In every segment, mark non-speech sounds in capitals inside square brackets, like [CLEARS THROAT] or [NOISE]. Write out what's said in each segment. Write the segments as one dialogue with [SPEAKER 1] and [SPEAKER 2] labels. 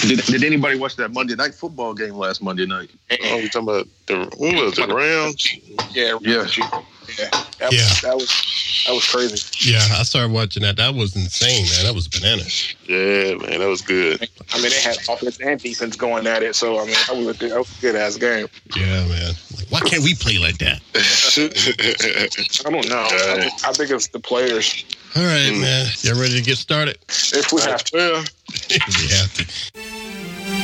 [SPEAKER 1] Did, did anybody watch that Monday night football game last Monday night?
[SPEAKER 2] Oh, you talking about the what was it, the Rams?
[SPEAKER 3] Yeah,
[SPEAKER 1] Yeah.
[SPEAKER 3] yeah. That,
[SPEAKER 4] Yeah.
[SPEAKER 3] Was, that was that was crazy.
[SPEAKER 4] Yeah, I started watching that. That was insane, man. That was bananas.
[SPEAKER 2] Yeah, man, that was good.
[SPEAKER 3] I mean, they had offense and defense going at it. So I mean, that was a good, that was a good ass game.
[SPEAKER 4] Yeah, man. Like, why can't we play like that?
[SPEAKER 3] I don't know. I,
[SPEAKER 2] Right.
[SPEAKER 3] think- I think it's the players.
[SPEAKER 4] All right,
[SPEAKER 2] Mm.
[SPEAKER 4] man. Y'all ready to get started?
[SPEAKER 3] If we have
[SPEAKER 2] [LAUGHS]
[SPEAKER 3] to,
[SPEAKER 2] well,
[SPEAKER 4] we have to.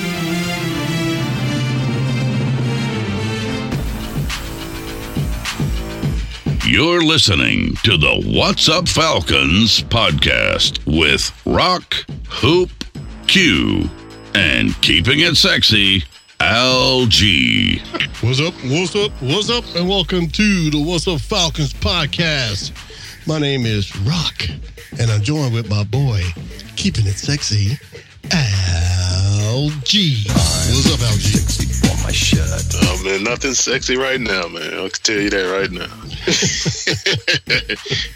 [SPEAKER 5] You're listening to the What's Up Falcons podcast with Rock, Hoop, Q, and keeping it sexy, LG.
[SPEAKER 4] What's up? What's up? What's up? And welcome to the What's Up Falcons podcast. My name is Rock, and I'm joined with my boy, keeping it sexy, LG. What's up, LG?
[SPEAKER 2] oh, man, nothing sexy right now, man. I can tell you that right now.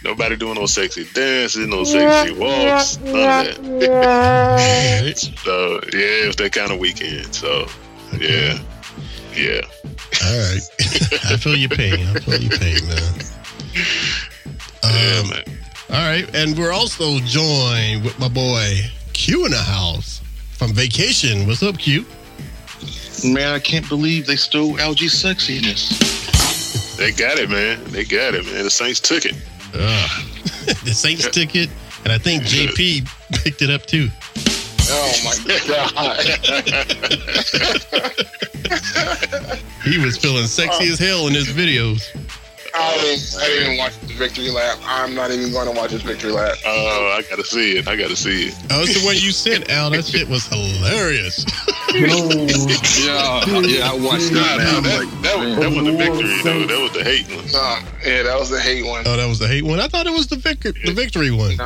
[SPEAKER 2] [LAUGHS] Nobody doing no sexy dances, no sexy walks, none of that. So yeah, it was that kind of weekend. So yeah, yeah.
[SPEAKER 4] All right. [LAUGHS] I feel your pain. I feel your pain, man.
[SPEAKER 2] Yeah,
[SPEAKER 4] Um,
[SPEAKER 2] man.
[SPEAKER 4] all right. And we're also joined with my boy Q in the house from vacation. What's up, Q?
[SPEAKER 6] Man, I can't believe they stole Algie's sexiness.
[SPEAKER 2] They got it, man. They got it, man. The Saints took it.
[SPEAKER 4] Ugh. [LAUGHS] the Saints ticket. And I think JP picked it up too.
[SPEAKER 3] oh my god,
[SPEAKER 4] He was feeling sexy as hell in his videos.
[SPEAKER 3] I didn't, I didn't even watch the victory lap. I'm not even going to watch this victory lap.
[SPEAKER 2] Oh, I gotta see it. I gotta see it.
[SPEAKER 4] Oh, it's the one you sent, Al. That shit was hilarious.
[SPEAKER 6] Yeah, yeah, I watched
[SPEAKER 2] Nah, nah,
[SPEAKER 6] that. Man.
[SPEAKER 2] that, that, was, that was the victory, though. That was the hate one.
[SPEAKER 3] Nah, yeah, that was the hate one.
[SPEAKER 4] Oh, that was the hate one. I thought it was the victory, the victory one.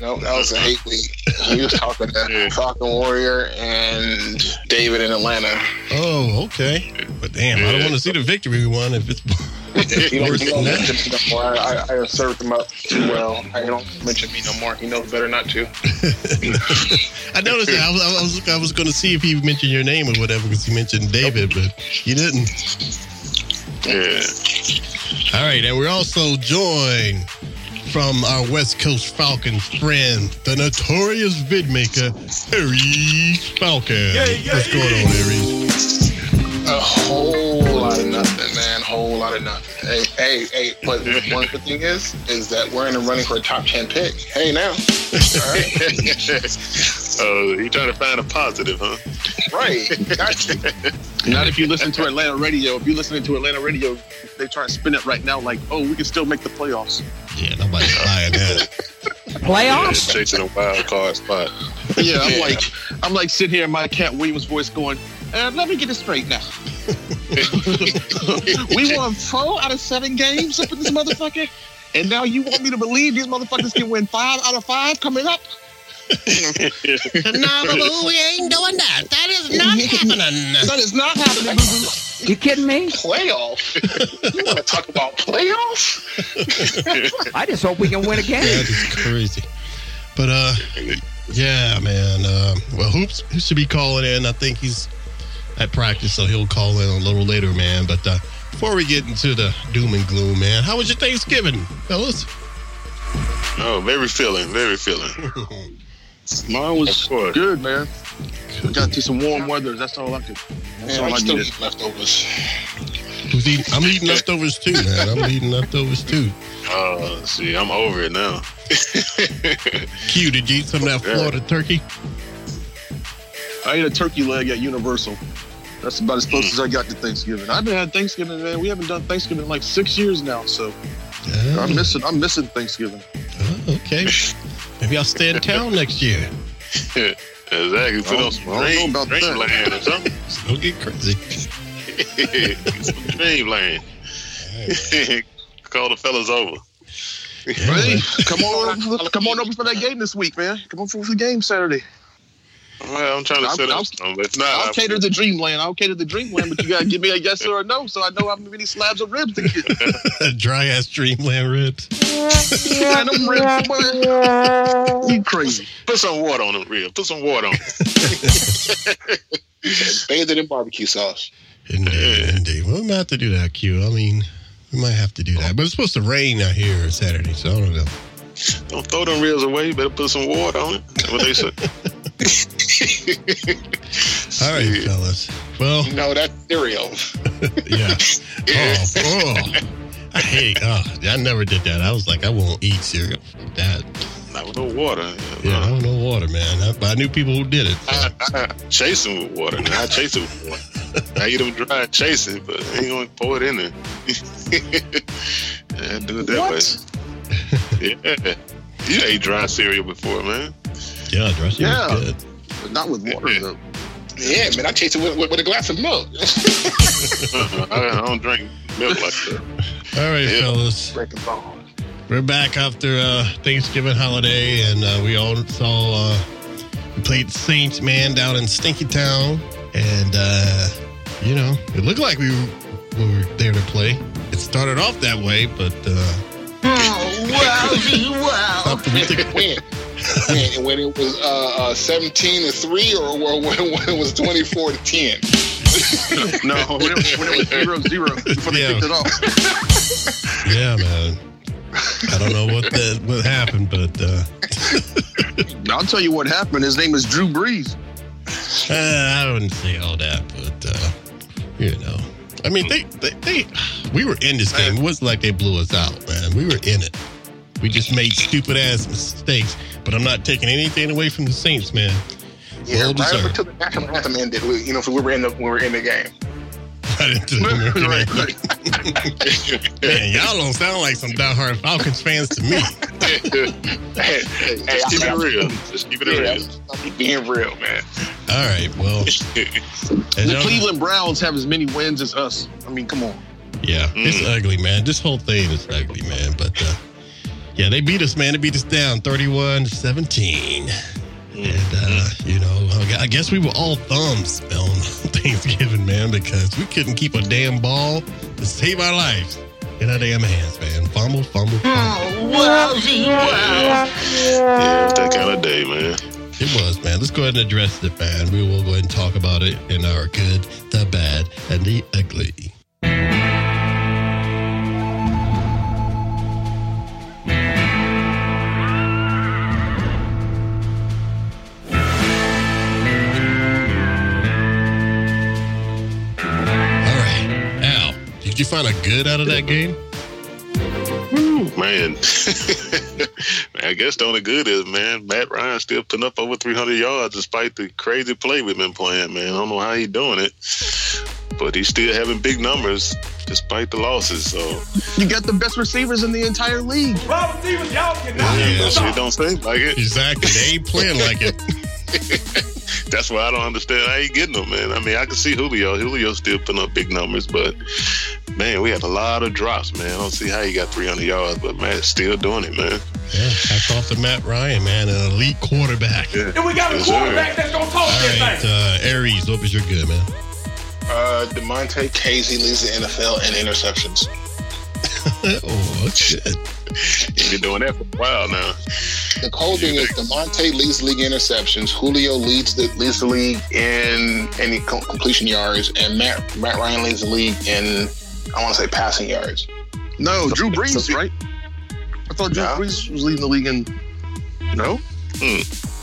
[SPEAKER 3] No, that was the hate week. He was talking
[SPEAKER 2] Yeah.
[SPEAKER 3] to Falcon Warrior and David in Atlanta.
[SPEAKER 4] Oh, okay. But damn, I don't want to see the victory one if it's [LAUGHS]
[SPEAKER 2] [LAUGHS]
[SPEAKER 3] He don't,
[SPEAKER 4] worse
[SPEAKER 3] he
[SPEAKER 4] than
[SPEAKER 3] don't
[SPEAKER 4] that.
[SPEAKER 3] mention me no more. I, I, I have served him up too well. I don't mention me no more. He knows better not to.
[SPEAKER 4] [LAUGHS] I noticed that. I was, I was, I was going to see if he mentioned your name or whatever because he mentioned David, but he didn't.
[SPEAKER 2] Yeah.
[SPEAKER 4] All right, and we're also joined from our West Coast Falcons friend, the notorious vidmaker, Aries Falcon. What's going on, Aries?
[SPEAKER 3] A whole lot of nothing, man. Whole lot of nothing. Hey, hey, hey. But one good thing is, is that we're in the running for a top ten pick. Hey, now, All
[SPEAKER 4] [LAUGHS]
[SPEAKER 3] right.
[SPEAKER 2] [LAUGHS] Oh, you trying to find a positive, huh?
[SPEAKER 3] right? Got you.
[SPEAKER 6] Not if you listen to Atlanta radio. If you listening to Atlanta radio, they try to spin it right now like, oh, we can still make the playoffs.
[SPEAKER 4] Yeah, nobody's buying that.
[SPEAKER 2] Yeah, it's chasing a wild card spot.
[SPEAKER 6] Yeah, I'm
[SPEAKER 2] Yeah.
[SPEAKER 6] like, I'm like sitting here in my Cat Williams voice going, uh, let me get this straight [LAUGHS] now. we won four out of seven games up in this motherfucker. And now you want me to believe these motherfuckers can win five out of five coming up?
[SPEAKER 4] [LAUGHS] no, boo, we ain't doing that. That is [LAUGHS] not happening.
[SPEAKER 6] That is not happening. boo-boo.
[SPEAKER 7] You kidding me?
[SPEAKER 3] Playoff. You want to talk about playoffs?
[SPEAKER 7] I just hope we can win a game.
[SPEAKER 4] That is crazy. But uh, yeah, man. Uh, well, hoops who should be calling in. I think he's at practice, so he'll call in a little later, man. But uh, before we get into the doom and gloom, man, how was your Thanksgiving, fellas?
[SPEAKER 2] Oh, very feeling, very feeling.
[SPEAKER 6] Mine was
[SPEAKER 2] Of course.
[SPEAKER 6] good, man. We got to some warm weather. That's all I could. That's
[SPEAKER 3] Man,
[SPEAKER 6] all
[SPEAKER 3] I
[SPEAKER 6] I
[SPEAKER 3] still
[SPEAKER 6] needed.
[SPEAKER 3] eat leftovers.
[SPEAKER 4] was eating. I'm eating leftovers too, man. I'm eating leftovers too.
[SPEAKER 2] Oh, see, I'm over it now. [LAUGHS]
[SPEAKER 4] Q, did you eat some of that Florida turkey?
[SPEAKER 1] I ate a turkey leg at Universal. That's about as close
[SPEAKER 3] Mm.
[SPEAKER 1] as I got to Thanksgiving. I haven't had Thanksgiving, man. We haven't done Thanksgiving in like six years now, so
[SPEAKER 3] Mm.
[SPEAKER 1] I'm
[SPEAKER 4] Oh,
[SPEAKER 1] missing. I'm missing
[SPEAKER 3] [LAUGHS]
[SPEAKER 1] Thanksgiving.
[SPEAKER 4] oh, okay. Maybe I'll stay in town next year.
[SPEAKER 2] exactly. Put
[SPEAKER 1] I
[SPEAKER 2] on
[SPEAKER 1] don't- I don't
[SPEAKER 2] some
[SPEAKER 1] know
[SPEAKER 2] dream,
[SPEAKER 1] about that.
[SPEAKER 2] dreamland or something.
[SPEAKER 4] So don't get crazy.
[SPEAKER 1] [LAUGHS]
[SPEAKER 4] [LAUGHS]
[SPEAKER 2] Get some dreamland. [LAUGHS] Call the fellas over.
[SPEAKER 1] Hey, come on, over- come on over for that game this week, man. Come on for the game Saturday.
[SPEAKER 2] Well, I'm trying to
[SPEAKER 1] I'll-
[SPEAKER 2] set
[SPEAKER 1] I'll-
[SPEAKER 2] up some. It's not.
[SPEAKER 1] I'll cater to Dreamland. I'll cater to Dreamland, but you gotta give me a yes or a no, so I know how many slabs of ribs to get.
[SPEAKER 4] Dry ass dreamland ribs.
[SPEAKER 1] Man, them ribs, boy. You crazy?
[SPEAKER 2] put some water on it, real. Put some water on it.
[SPEAKER 3] Bathed in barbecue sauce.
[SPEAKER 4] Indeed, indeed. Well, we might have to do that, Q. I mean, we might have to do that. But it's supposed to rain out here Saturday, so I don't know.
[SPEAKER 2] Don't throw them reels away. Better put some water on it. That's what they say.
[SPEAKER 4] [LAUGHS]
[SPEAKER 2] [LAUGHS]
[SPEAKER 4] All right,
[SPEAKER 2] Yeah.
[SPEAKER 4] fellas. Well,
[SPEAKER 3] No, that's cereal.
[SPEAKER 4] yeah.
[SPEAKER 2] [LAUGHS]
[SPEAKER 4] Oh, oh. I hate. Oh, I never did that. I was like, I won't eat cereal. That.
[SPEAKER 2] Not with no water.
[SPEAKER 4] Yeah, I don't know water, man. I, but I knew people who did it. so.
[SPEAKER 2] I, I chase them with water. Now I chase them with
[SPEAKER 4] [LAUGHS]
[SPEAKER 2] water. I eat them dry, and chase it, but I ain't gonna pour it in there. [LAUGHS] yeah, do it that way. Yeah, you ate dry cereal before, man.
[SPEAKER 4] Yeah, dry cereal's
[SPEAKER 1] Yeah.
[SPEAKER 4] good.
[SPEAKER 1] But not with water though.
[SPEAKER 3] [LAUGHS] Yeah, man, I chased it with, with, with a glass of milk.
[SPEAKER 2] Uh-uh, I, I don't drink milk like that.
[SPEAKER 4] All right,
[SPEAKER 2] Yeah.
[SPEAKER 4] fellas.
[SPEAKER 3] Breaking bone.
[SPEAKER 4] We're back after uh, Thanksgiving holiday, and uh, we all saw uh, we played Saints Man down in Stinky Town, and uh, you know it looked like we were, we were there to play. It started off that way, but uh, wow,
[SPEAKER 3] When, when, when, when it was uh, uh, 17 to 3 or when, when it was 24 to 10.
[SPEAKER 1] No, when it, was- when it was zero zero before they
[SPEAKER 4] Yeah.
[SPEAKER 1] kicked it off.
[SPEAKER 4] [LAUGHS] yeah, man. I don't know what the, what happened, but uh,
[SPEAKER 1] I'll tell you what happened. His name is Drew Brees.
[SPEAKER 4] Uh, I wouldn't say all that, but uh, you know, I mean, they, they, they, we were in this game. It wasn't like they blew us out, man. We were in it. We just made stupid ass mistakes, but I'm not taking anything away from the Saints, man. [LAUGHS]
[SPEAKER 3] Yeah,
[SPEAKER 4] Well
[SPEAKER 3] right up
[SPEAKER 4] deserved.
[SPEAKER 3] until the national anthem ended, we, you know, so we were in the we were in the game.
[SPEAKER 4] Right
[SPEAKER 2] [LAUGHS]
[SPEAKER 4] into [LAUGHS] the American
[SPEAKER 1] Right,
[SPEAKER 4] anthem. [LAUGHS] Man, y'all don't sound like some diehard Falcons fans to me.
[SPEAKER 3] Hey, hey, hey,
[SPEAKER 2] Just keep
[SPEAKER 3] I-
[SPEAKER 2] it
[SPEAKER 3] I-
[SPEAKER 2] real. Just keep it
[SPEAKER 3] Yeah,
[SPEAKER 2] real.
[SPEAKER 3] I'm- I'm being real, man.
[SPEAKER 4] All right, well, and
[SPEAKER 1] The
[SPEAKER 4] y'all-
[SPEAKER 1] Cleveland Browns have as many wins as us. I mean, come on.
[SPEAKER 4] Yeah, it's ugly, man. This whole thing is ugly, man. But uh, yeah, they beat us, man. They beat us down 31 17. And, uh, you know, I gu- I guess we were all thumbs on [LAUGHS] Thanksgiving, man, because we couldn't keep a damn ball to save our lives in our damn hands, man. Fumble, fumble, fumble.
[SPEAKER 2] Yeah, it's that kind of day, man.
[SPEAKER 4] It was, man. Let's go ahead and address it, man. We will go ahead and talk about it in our good, the bad, and the ugly. All right, Al, did you find a good out of that game?
[SPEAKER 2] Man, [LAUGHS] Man, I guess the only good is, man, Matt Ryan still putting up over 300 yards despite the crazy play we've been playing, man. I don't know how he's doing it, but he's still having big numbers despite the losses. So,
[SPEAKER 1] You got the best receivers in the entire league.
[SPEAKER 4] Yeah.
[SPEAKER 2] it don't seem like it.
[SPEAKER 4] Exactly. They ain't playing like it.
[SPEAKER 2] That's why I don't understand. I ain't getting them, man. I mean, I can see Julio. Julio still putting up big numbers, but man, we had a lot of drops, man. I don't see how he got 300 yards, but Matt's still doing it, man.
[SPEAKER 4] Yeah, hats off to Matt Ryan, man, an elite quarterback.
[SPEAKER 2] Yeah.
[SPEAKER 8] And we got a
[SPEAKER 2] Yes, sir.
[SPEAKER 8] quarterback that's gonna talk
[SPEAKER 4] All
[SPEAKER 8] this
[SPEAKER 4] right,
[SPEAKER 8] thing.
[SPEAKER 4] uh, Aries, what was your good, man?
[SPEAKER 3] Uh, Demonte Casey leads the NFL in interceptions.
[SPEAKER 4] [LAUGHS] oh, that's good.
[SPEAKER 2] He's been doing that for a while now.
[SPEAKER 3] The cool thing is Demonte leads the league in interceptions. Julio leads the leads the league in any co- completion yards, and Matt Matt Ryan leads the league in I want to say passing yards.
[SPEAKER 1] No, Drew Brees,
[SPEAKER 3] so-
[SPEAKER 1] right? I thought Drew
[SPEAKER 3] No.
[SPEAKER 1] Brees was leading the league in. No?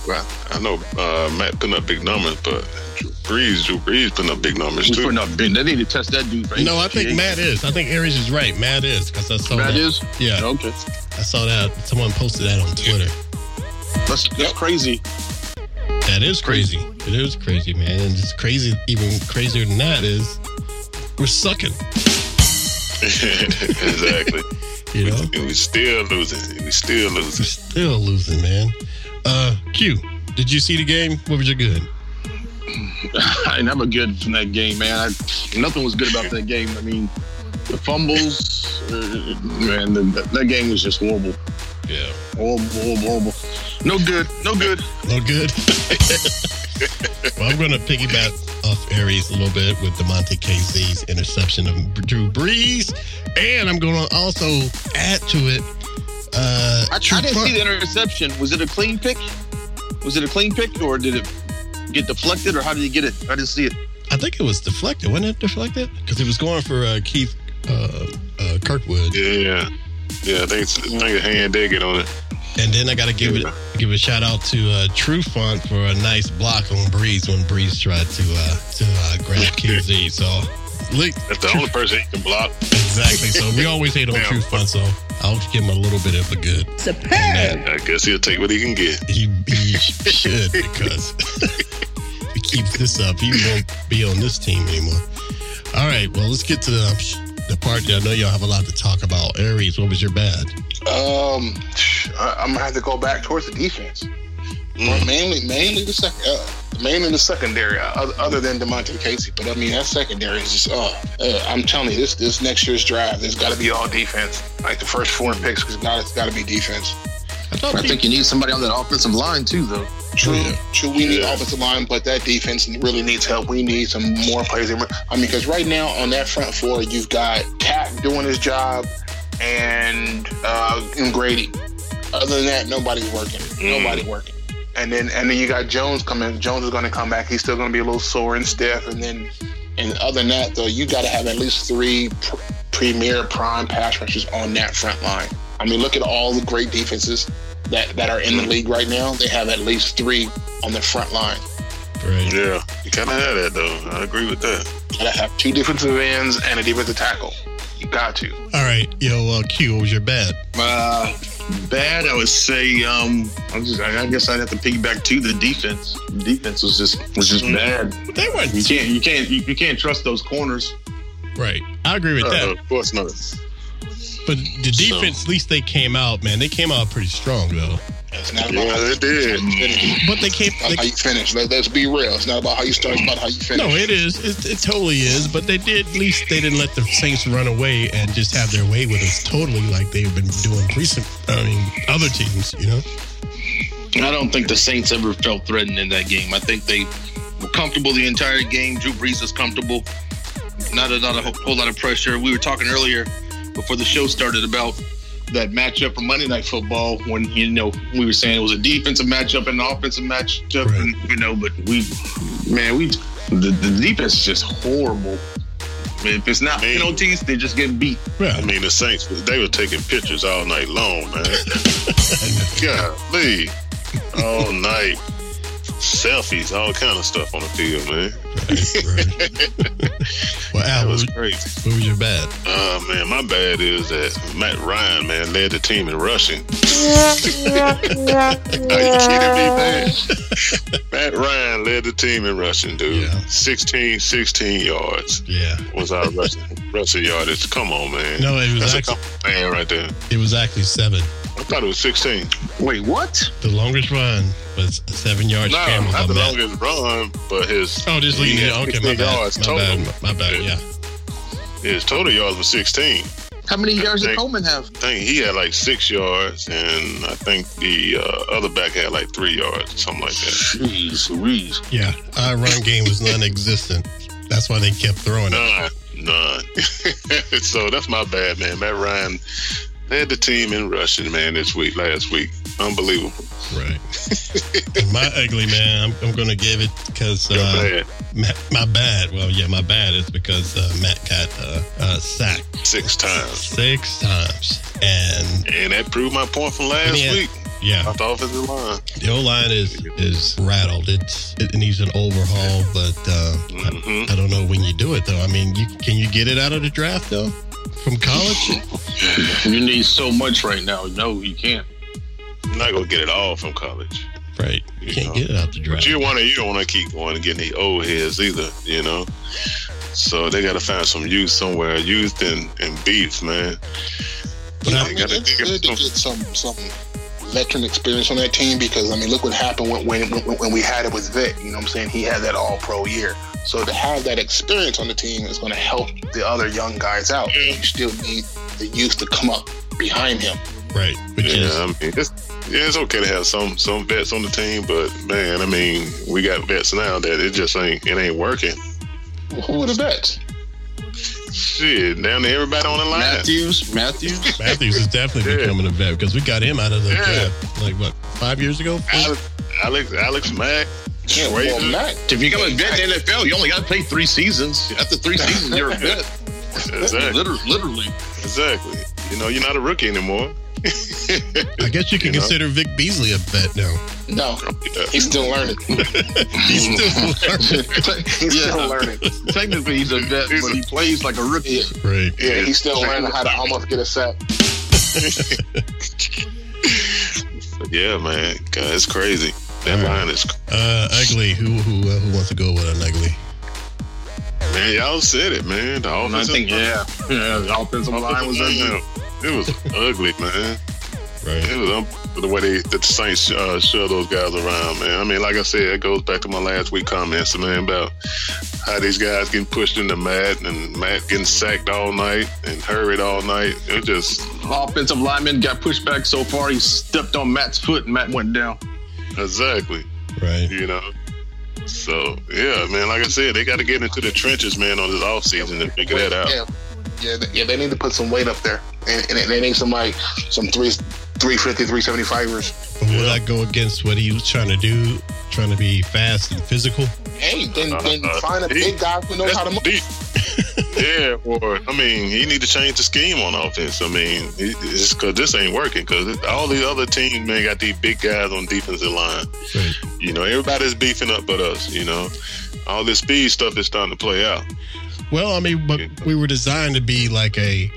[SPEAKER 2] I, I know uh, Matt putting up big numbers, but Drew Brees, Drew Brees putting up big numbers
[SPEAKER 1] He's
[SPEAKER 2] too.
[SPEAKER 1] putting up big. They need to test that dude. For
[SPEAKER 4] No, I think
[SPEAKER 1] 88.
[SPEAKER 4] Matt is. I think Aries is right. Matt is because I saw
[SPEAKER 1] Matt
[SPEAKER 4] that.
[SPEAKER 1] is.
[SPEAKER 4] Yeah,
[SPEAKER 1] Okay,
[SPEAKER 4] I saw that. Someone posted that on Twitter.
[SPEAKER 1] that's that's crazy.
[SPEAKER 4] That is crazy. It is crazy, man. And it's crazy, even crazier than that is we're sucking.
[SPEAKER 2] [LAUGHS] exactly.
[SPEAKER 4] You know,
[SPEAKER 2] And we still losing. We still losing.
[SPEAKER 4] we're still losing, man. Uh, Q, did you see the game? What was your good?
[SPEAKER 1] [LAUGHS] and I'm a good from that game, man. I, nothing was good about that game. I mean, the fumbles, uh, man. The, that game was just horrible,
[SPEAKER 4] Yeah,
[SPEAKER 1] horrible, horrible, horrible. No good, no good.
[SPEAKER 4] no good. [LAUGHS] well, I'm going to piggyback off Aries a little bit with Demonte KZ's interception of Drew Brees, and I'm going to also add to it. Uh,
[SPEAKER 1] I, I
[SPEAKER 4] True
[SPEAKER 1] didn't
[SPEAKER 4] Front.
[SPEAKER 1] see the interception. Was it a clean pick? Was it a clean pick, or did it get deflected, or how did he get it? I didn't see it.
[SPEAKER 4] I think it was deflected. Wasn't it deflected? Because it was going for uh, Keith uh, uh, Kirkwood.
[SPEAKER 2] Yeah. Yeah, I think it's, I think a hand did get on it.
[SPEAKER 4] And then I got to give it give a shout out to uh, True Font for a nice block on Breeze when Breeze tried to uh, to uh, grab KZ. So li-
[SPEAKER 2] That's the only person he can block.
[SPEAKER 4] exactly. So we always hate on
[SPEAKER 2] Yeah.
[SPEAKER 4] True Font. So I'll give him a little bit of a good. Superb.
[SPEAKER 2] I guess he'll take what he can get.
[SPEAKER 4] He, he should because [LAUGHS] if he keeps this up, he won't be on this team anymore. All right. Well, let's get to the, um, the part that I know y'all have a lot to talk about. Aries, what was your bad?
[SPEAKER 3] Um, I, I'm gonna have to go back towards the defense.
[SPEAKER 1] Mm.
[SPEAKER 3] Well, mainly, mainly the second, uh, mainly the secondary. Uh, oth- other than Demonte Casey, but I mean that secondary is just. Uh, uh, I'm telling you, this this next year's drive, there's got to be all defense. Like the first four picks, because now it's got to be defense.
[SPEAKER 4] I thought
[SPEAKER 1] I think you need somebody on that offensive line too, though.
[SPEAKER 3] True,
[SPEAKER 4] Yeah.
[SPEAKER 3] true. We need
[SPEAKER 2] Yeah.
[SPEAKER 3] offensive line, but that defense really needs help. We need some more plays. I mean, because right now on that front four, you've got Cap doing his job and, uh, and Grady. Other than that, nobody's working. Nobody working. And then and then you got Jones coming. Jones is going to come back. He's still going to be a little sore and stiff. And then and other than that, though, you got to have at least three pr- premier prime pass rushers on that front line. I mean, look at all the great defenses that, that are in the league right now. They have at least three on the front line.
[SPEAKER 4] Right.
[SPEAKER 2] Yeah. You kind of had that, though. I agree with that.
[SPEAKER 3] You gotta have two defensive ends and a defensive tackle. You got to.
[SPEAKER 4] All right, yo, uh, Q, what was your bad?
[SPEAKER 1] Uh, bad. I would say. Um, I'm just, I I guess I'd have to piggyback to the defense. Defense was just was just bad.
[SPEAKER 4] They weren't
[SPEAKER 1] You can't you can't you, you can't trust those corners.
[SPEAKER 4] right. I agree with
[SPEAKER 2] Uh,
[SPEAKER 4] that.
[SPEAKER 2] of course not.
[SPEAKER 4] But the defense, at least they came out, man. They came out pretty strong though.
[SPEAKER 3] It's not about
[SPEAKER 2] Yeah,
[SPEAKER 3] how
[SPEAKER 2] they did.
[SPEAKER 3] you finish.
[SPEAKER 4] But they came.
[SPEAKER 3] It's
[SPEAKER 4] They,
[SPEAKER 3] about how you finish. Let, us be real. It's not about how you start. It's about how you finish.
[SPEAKER 4] no, it is. It, it totally is. But they did. At least they didn't let the Saints run away and just have their way with us totally, like they've been doing recent. I mean, other teams, you know.
[SPEAKER 6] I don't think the Saints ever felt threatened in that game. I think they were comfortable the entire game. Drew Brees was comfortable. Not a, not a whole lot of pressure. We were talking earlier before the show started about that matchup for Monday Night Football when you know we were saying it was a defensive matchup and an offensive matchup,
[SPEAKER 4] Right.
[SPEAKER 6] and you know, but we
[SPEAKER 1] Man, we the, the defense is just horrible. Man, if it's not
[SPEAKER 2] Man.
[SPEAKER 1] penalties, they just get beat.
[SPEAKER 4] Yeah.
[SPEAKER 2] I mean, the Saints, they were taking pictures all night long,
[SPEAKER 3] [LAUGHS]
[SPEAKER 2] man. Golly. All night. Selfies, all kind of stuff on the field, man.
[SPEAKER 4] well,
[SPEAKER 2] [LAUGHS] That
[SPEAKER 4] Al, what
[SPEAKER 2] was
[SPEAKER 4] was,
[SPEAKER 2] crazy.
[SPEAKER 4] what was your bad?
[SPEAKER 2] Uh, man, my bad is that Matt Ryan, man, led the team in rushing. [LAUGHS] Are you kidding me, man?
[SPEAKER 4] [LAUGHS]
[SPEAKER 2] Matt Ryan led the team in rushing, dude.
[SPEAKER 4] Yeah.
[SPEAKER 2] Sixteen, sixteen 16, 16 yards
[SPEAKER 4] Yeah.
[SPEAKER 2] was our rushing, rushing yardage. Come on, man.
[SPEAKER 4] No, it
[SPEAKER 2] That's
[SPEAKER 4] was
[SPEAKER 2] a
[SPEAKER 4] actually
[SPEAKER 2] couple man right there.
[SPEAKER 4] it was actually seven.
[SPEAKER 2] I thought it was 16.
[SPEAKER 1] Wait, what?
[SPEAKER 4] The longest run was a seven yard
[SPEAKER 2] No,
[SPEAKER 4] scramble.
[SPEAKER 2] not
[SPEAKER 4] I
[SPEAKER 2] the
[SPEAKER 4] bet.
[SPEAKER 2] longest run, but his
[SPEAKER 4] Oh, just leading
[SPEAKER 2] He
[SPEAKER 4] it.
[SPEAKER 2] had
[SPEAKER 4] Okay, my
[SPEAKER 2] 16
[SPEAKER 4] bad.
[SPEAKER 2] yards
[SPEAKER 4] My
[SPEAKER 2] total.
[SPEAKER 4] bad. My bad. Yeah.
[SPEAKER 2] his total yards was 16.
[SPEAKER 1] How many yards
[SPEAKER 2] Thank-
[SPEAKER 1] did Coleman have?
[SPEAKER 2] I think he had like six yards, and I think the uh, other back had like three yards, something like that.
[SPEAKER 4] [LAUGHS]
[SPEAKER 1] Jeez, Louise.
[SPEAKER 4] Yeah, our run game was non-existent. That's why they kept throwing it.
[SPEAKER 2] None, none. [LAUGHS] so that's my bad, man. Matt Ryan led the team in rushing, man, this week, last week. Unbelievable.
[SPEAKER 4] Right. And my ugly man, I'm, I'm going to give it because
[SPEAKER 2] Your
[SPEAKER 4] uh,
[SPEAKER 2] bad.
[SPEAKER 4] my, my bad. Well, yeah, my bad is because uh, Matt got uh, uh, sacked
[SPEAKER 2] Six times.
[SPEAKER 4] six times, and
[SPEAKER 2] And that proved my point from last
[SPEAKER 4] Yeah.
[SPEAKER 2] week.
[SPEAKER 4] Yeah,
[SPEAKER 2] Off the offensive line.
[SPEAKER 4] the O line is is rattled. It's it needs an overhaul, but uh,
[SPEAKER 2] Mhm.
[SPEAKER 4] I, I don't know when you do it though. I mean, you can you get it out of the draft though from college?
[SPEAKER 1] You need so much right now. No, you can't.
[SPEAKER 2] You're not gonna get it all from college.
[SPEAKER 4] right, you can't get it out the
[SPEAKER 2] But
[SPEAKER 4] draft.
[SPEAKER 2] you want to, you don't want to keep going and getting the old heads either, you know. So they got to find some youth somewhere, youth and, and beef, man.
[SPEAKER 4] But I-
[SPEAKER 2] They
[SPEAKER 3] I mean,
[SPEAKER 2] gotta
[SPEAKER 3] it's
[SPEAKER 2] dig
[SPEAKER 3] good to
[SPEAKER 2] up
[SPEAKER 3] get
[SPEAKER 2] some-
[SPEAKER 3] some some veteran experience on that team because I mean, look what happened when when, when, when we had it with Vic. You know what I'm saying? He had that All Pro year, so to have that experience on the team is going to help the other young guys out. You still need the youth to come up behind him.
[SPEAKER 4] right, which
[SPEAKER 2] yeah,
[SPEAKER 4] is
[SPEAKER 2] I mean, it's, yeah, it's okay to have some some vets on the team, but man, I mean, we got vets now that it just ain't it ain't working.
[SPEAKER 3] Who would have bet?
[SPEAKER 2] Shit, down to everybody on the line.
[SPEAKER 6] Matthews, Matthews.
[SPEAKER 4] Matthews is definitely
[SPEAKER 2] Yeah.
[SPEAKER 4] becoming a vet because we got him out of the
[SPEAKER 2] Yeah.
[SPEAKER 4] draft like what five years ago.
[SPEAKER 2] Alex, Alex, Alex Mack.
[SPEAKER 3] Yeah, well,
[SPEAKER 2] Schrader.
[SPEAKER 3] Matt.
[SPEAKER 6] uh, If you become a vet in the NFL, you only got to play three seasons. After
[SPEAKER 1] [LAUGHS]
[SPEAKER 6] three seasons, you're a vet.
[SPEAKER 2] exactly,
[SPEAKER 6] Literally, literally.
[SPEAKER 2] exactly. You know, you're not a rookie anymore. [LAUGHS]
[SPEAKER 4] I guess you can
[SPEAKER 2] You know?
[SPEAKER 4] consider Vic Beasley a vet now.
[SPEAKER 3] No,
[SPEAKER 2] Yeah.
[SPEAKER 3] he's
[SPEAKER 6] [LAUGHS]
[SPEAKER 3] still learning.
[SPEAKER 4] He's still [LAUGHS]
[SPEAKER 1] [LAUGHS]
[SPEAKER 3] He's still [LAUGHS] learning.
[SPEAKER 6] Technically, he's a vet,
[SPEAKER 2] He's
[SPEAKER 6] but he plays like a rookie.
[SPEAKER 3] Yeah,
[SPEAKER 4] right.
[SPEAKER 2] Yeah,
[SPEAKER 3] he's still learning how to almost get a sack.
[SPEAKER 2] Yeah, man, God, it's crazy. That
[SPEAKER 4] Yeah.
[SPEAKER 2] line is
[SPEAKER 4] Uh, ugly. Who who uh, who wants to go with an ugly?
[SPEAKER 2] man. Y'all said it, man. The
[SPEAKER 6] And I
[SPEAKER 2] offensive
[SPEAKER 6] think, yeah, yeah, the offensive line was in
[SPEAKER 2] ugly. It was ugly, man.
[SPEAKER 4] Right.
[SPEAKER 2] It was unbelievable the way they the Saints uh, shove those guys around, man. I mean, like I said, it goes back to my last week comments, man, about how these guys getting pushed into Matt and Matt getting sacked all night and hurried all night. It was just
[SPEAKER 1] Offensive lineman got pushed back so far he stepped on Matt's foot and Matt went down.
[SPEAKER 2] exactly.
[SPEAKER 4] Right.
[SPEAKER 2] you know. So yeah, man. Like I said, they got to get into the trenches, man, on this offseason and figure that out.
[SPEAKER 3] Yeah, yeah, they, yeah. They need to put some weight up there, and, and they need some like some three, 350, 375ers.
[SPEAKER 4] But will that go against what he was trying to do? Trying to be fast and physical.
[SPEAKER 3] Hey, then
[SPEAKER 2] Uh,
[SPEAKER 3] then
[SPEAKER 2] uh,
[SPEAKER 3] find a
[SPEAKER 2] he-
[SPEAKER 3] big guy who knows
[SPEAKER 2] That's
[SPEAKER 3] how to move.
[SPEAKER 2] deep. [LAUGHS] yeah, or I mean, he need to change the scheme on offense. I mean, it- it's because this ain't working. Because all these other teams, man, got these big guys on defensive line.
[SPEAKER 4] Right.
[SPEAKER 2] You know, everybody's beefing up but us. You know, all this speed stuff is starting to play out.
[SPEAKER 4] Well, I mean, but
[SPEAKER 2] Yeah.
[SPEAKER 4] we were designed to be like a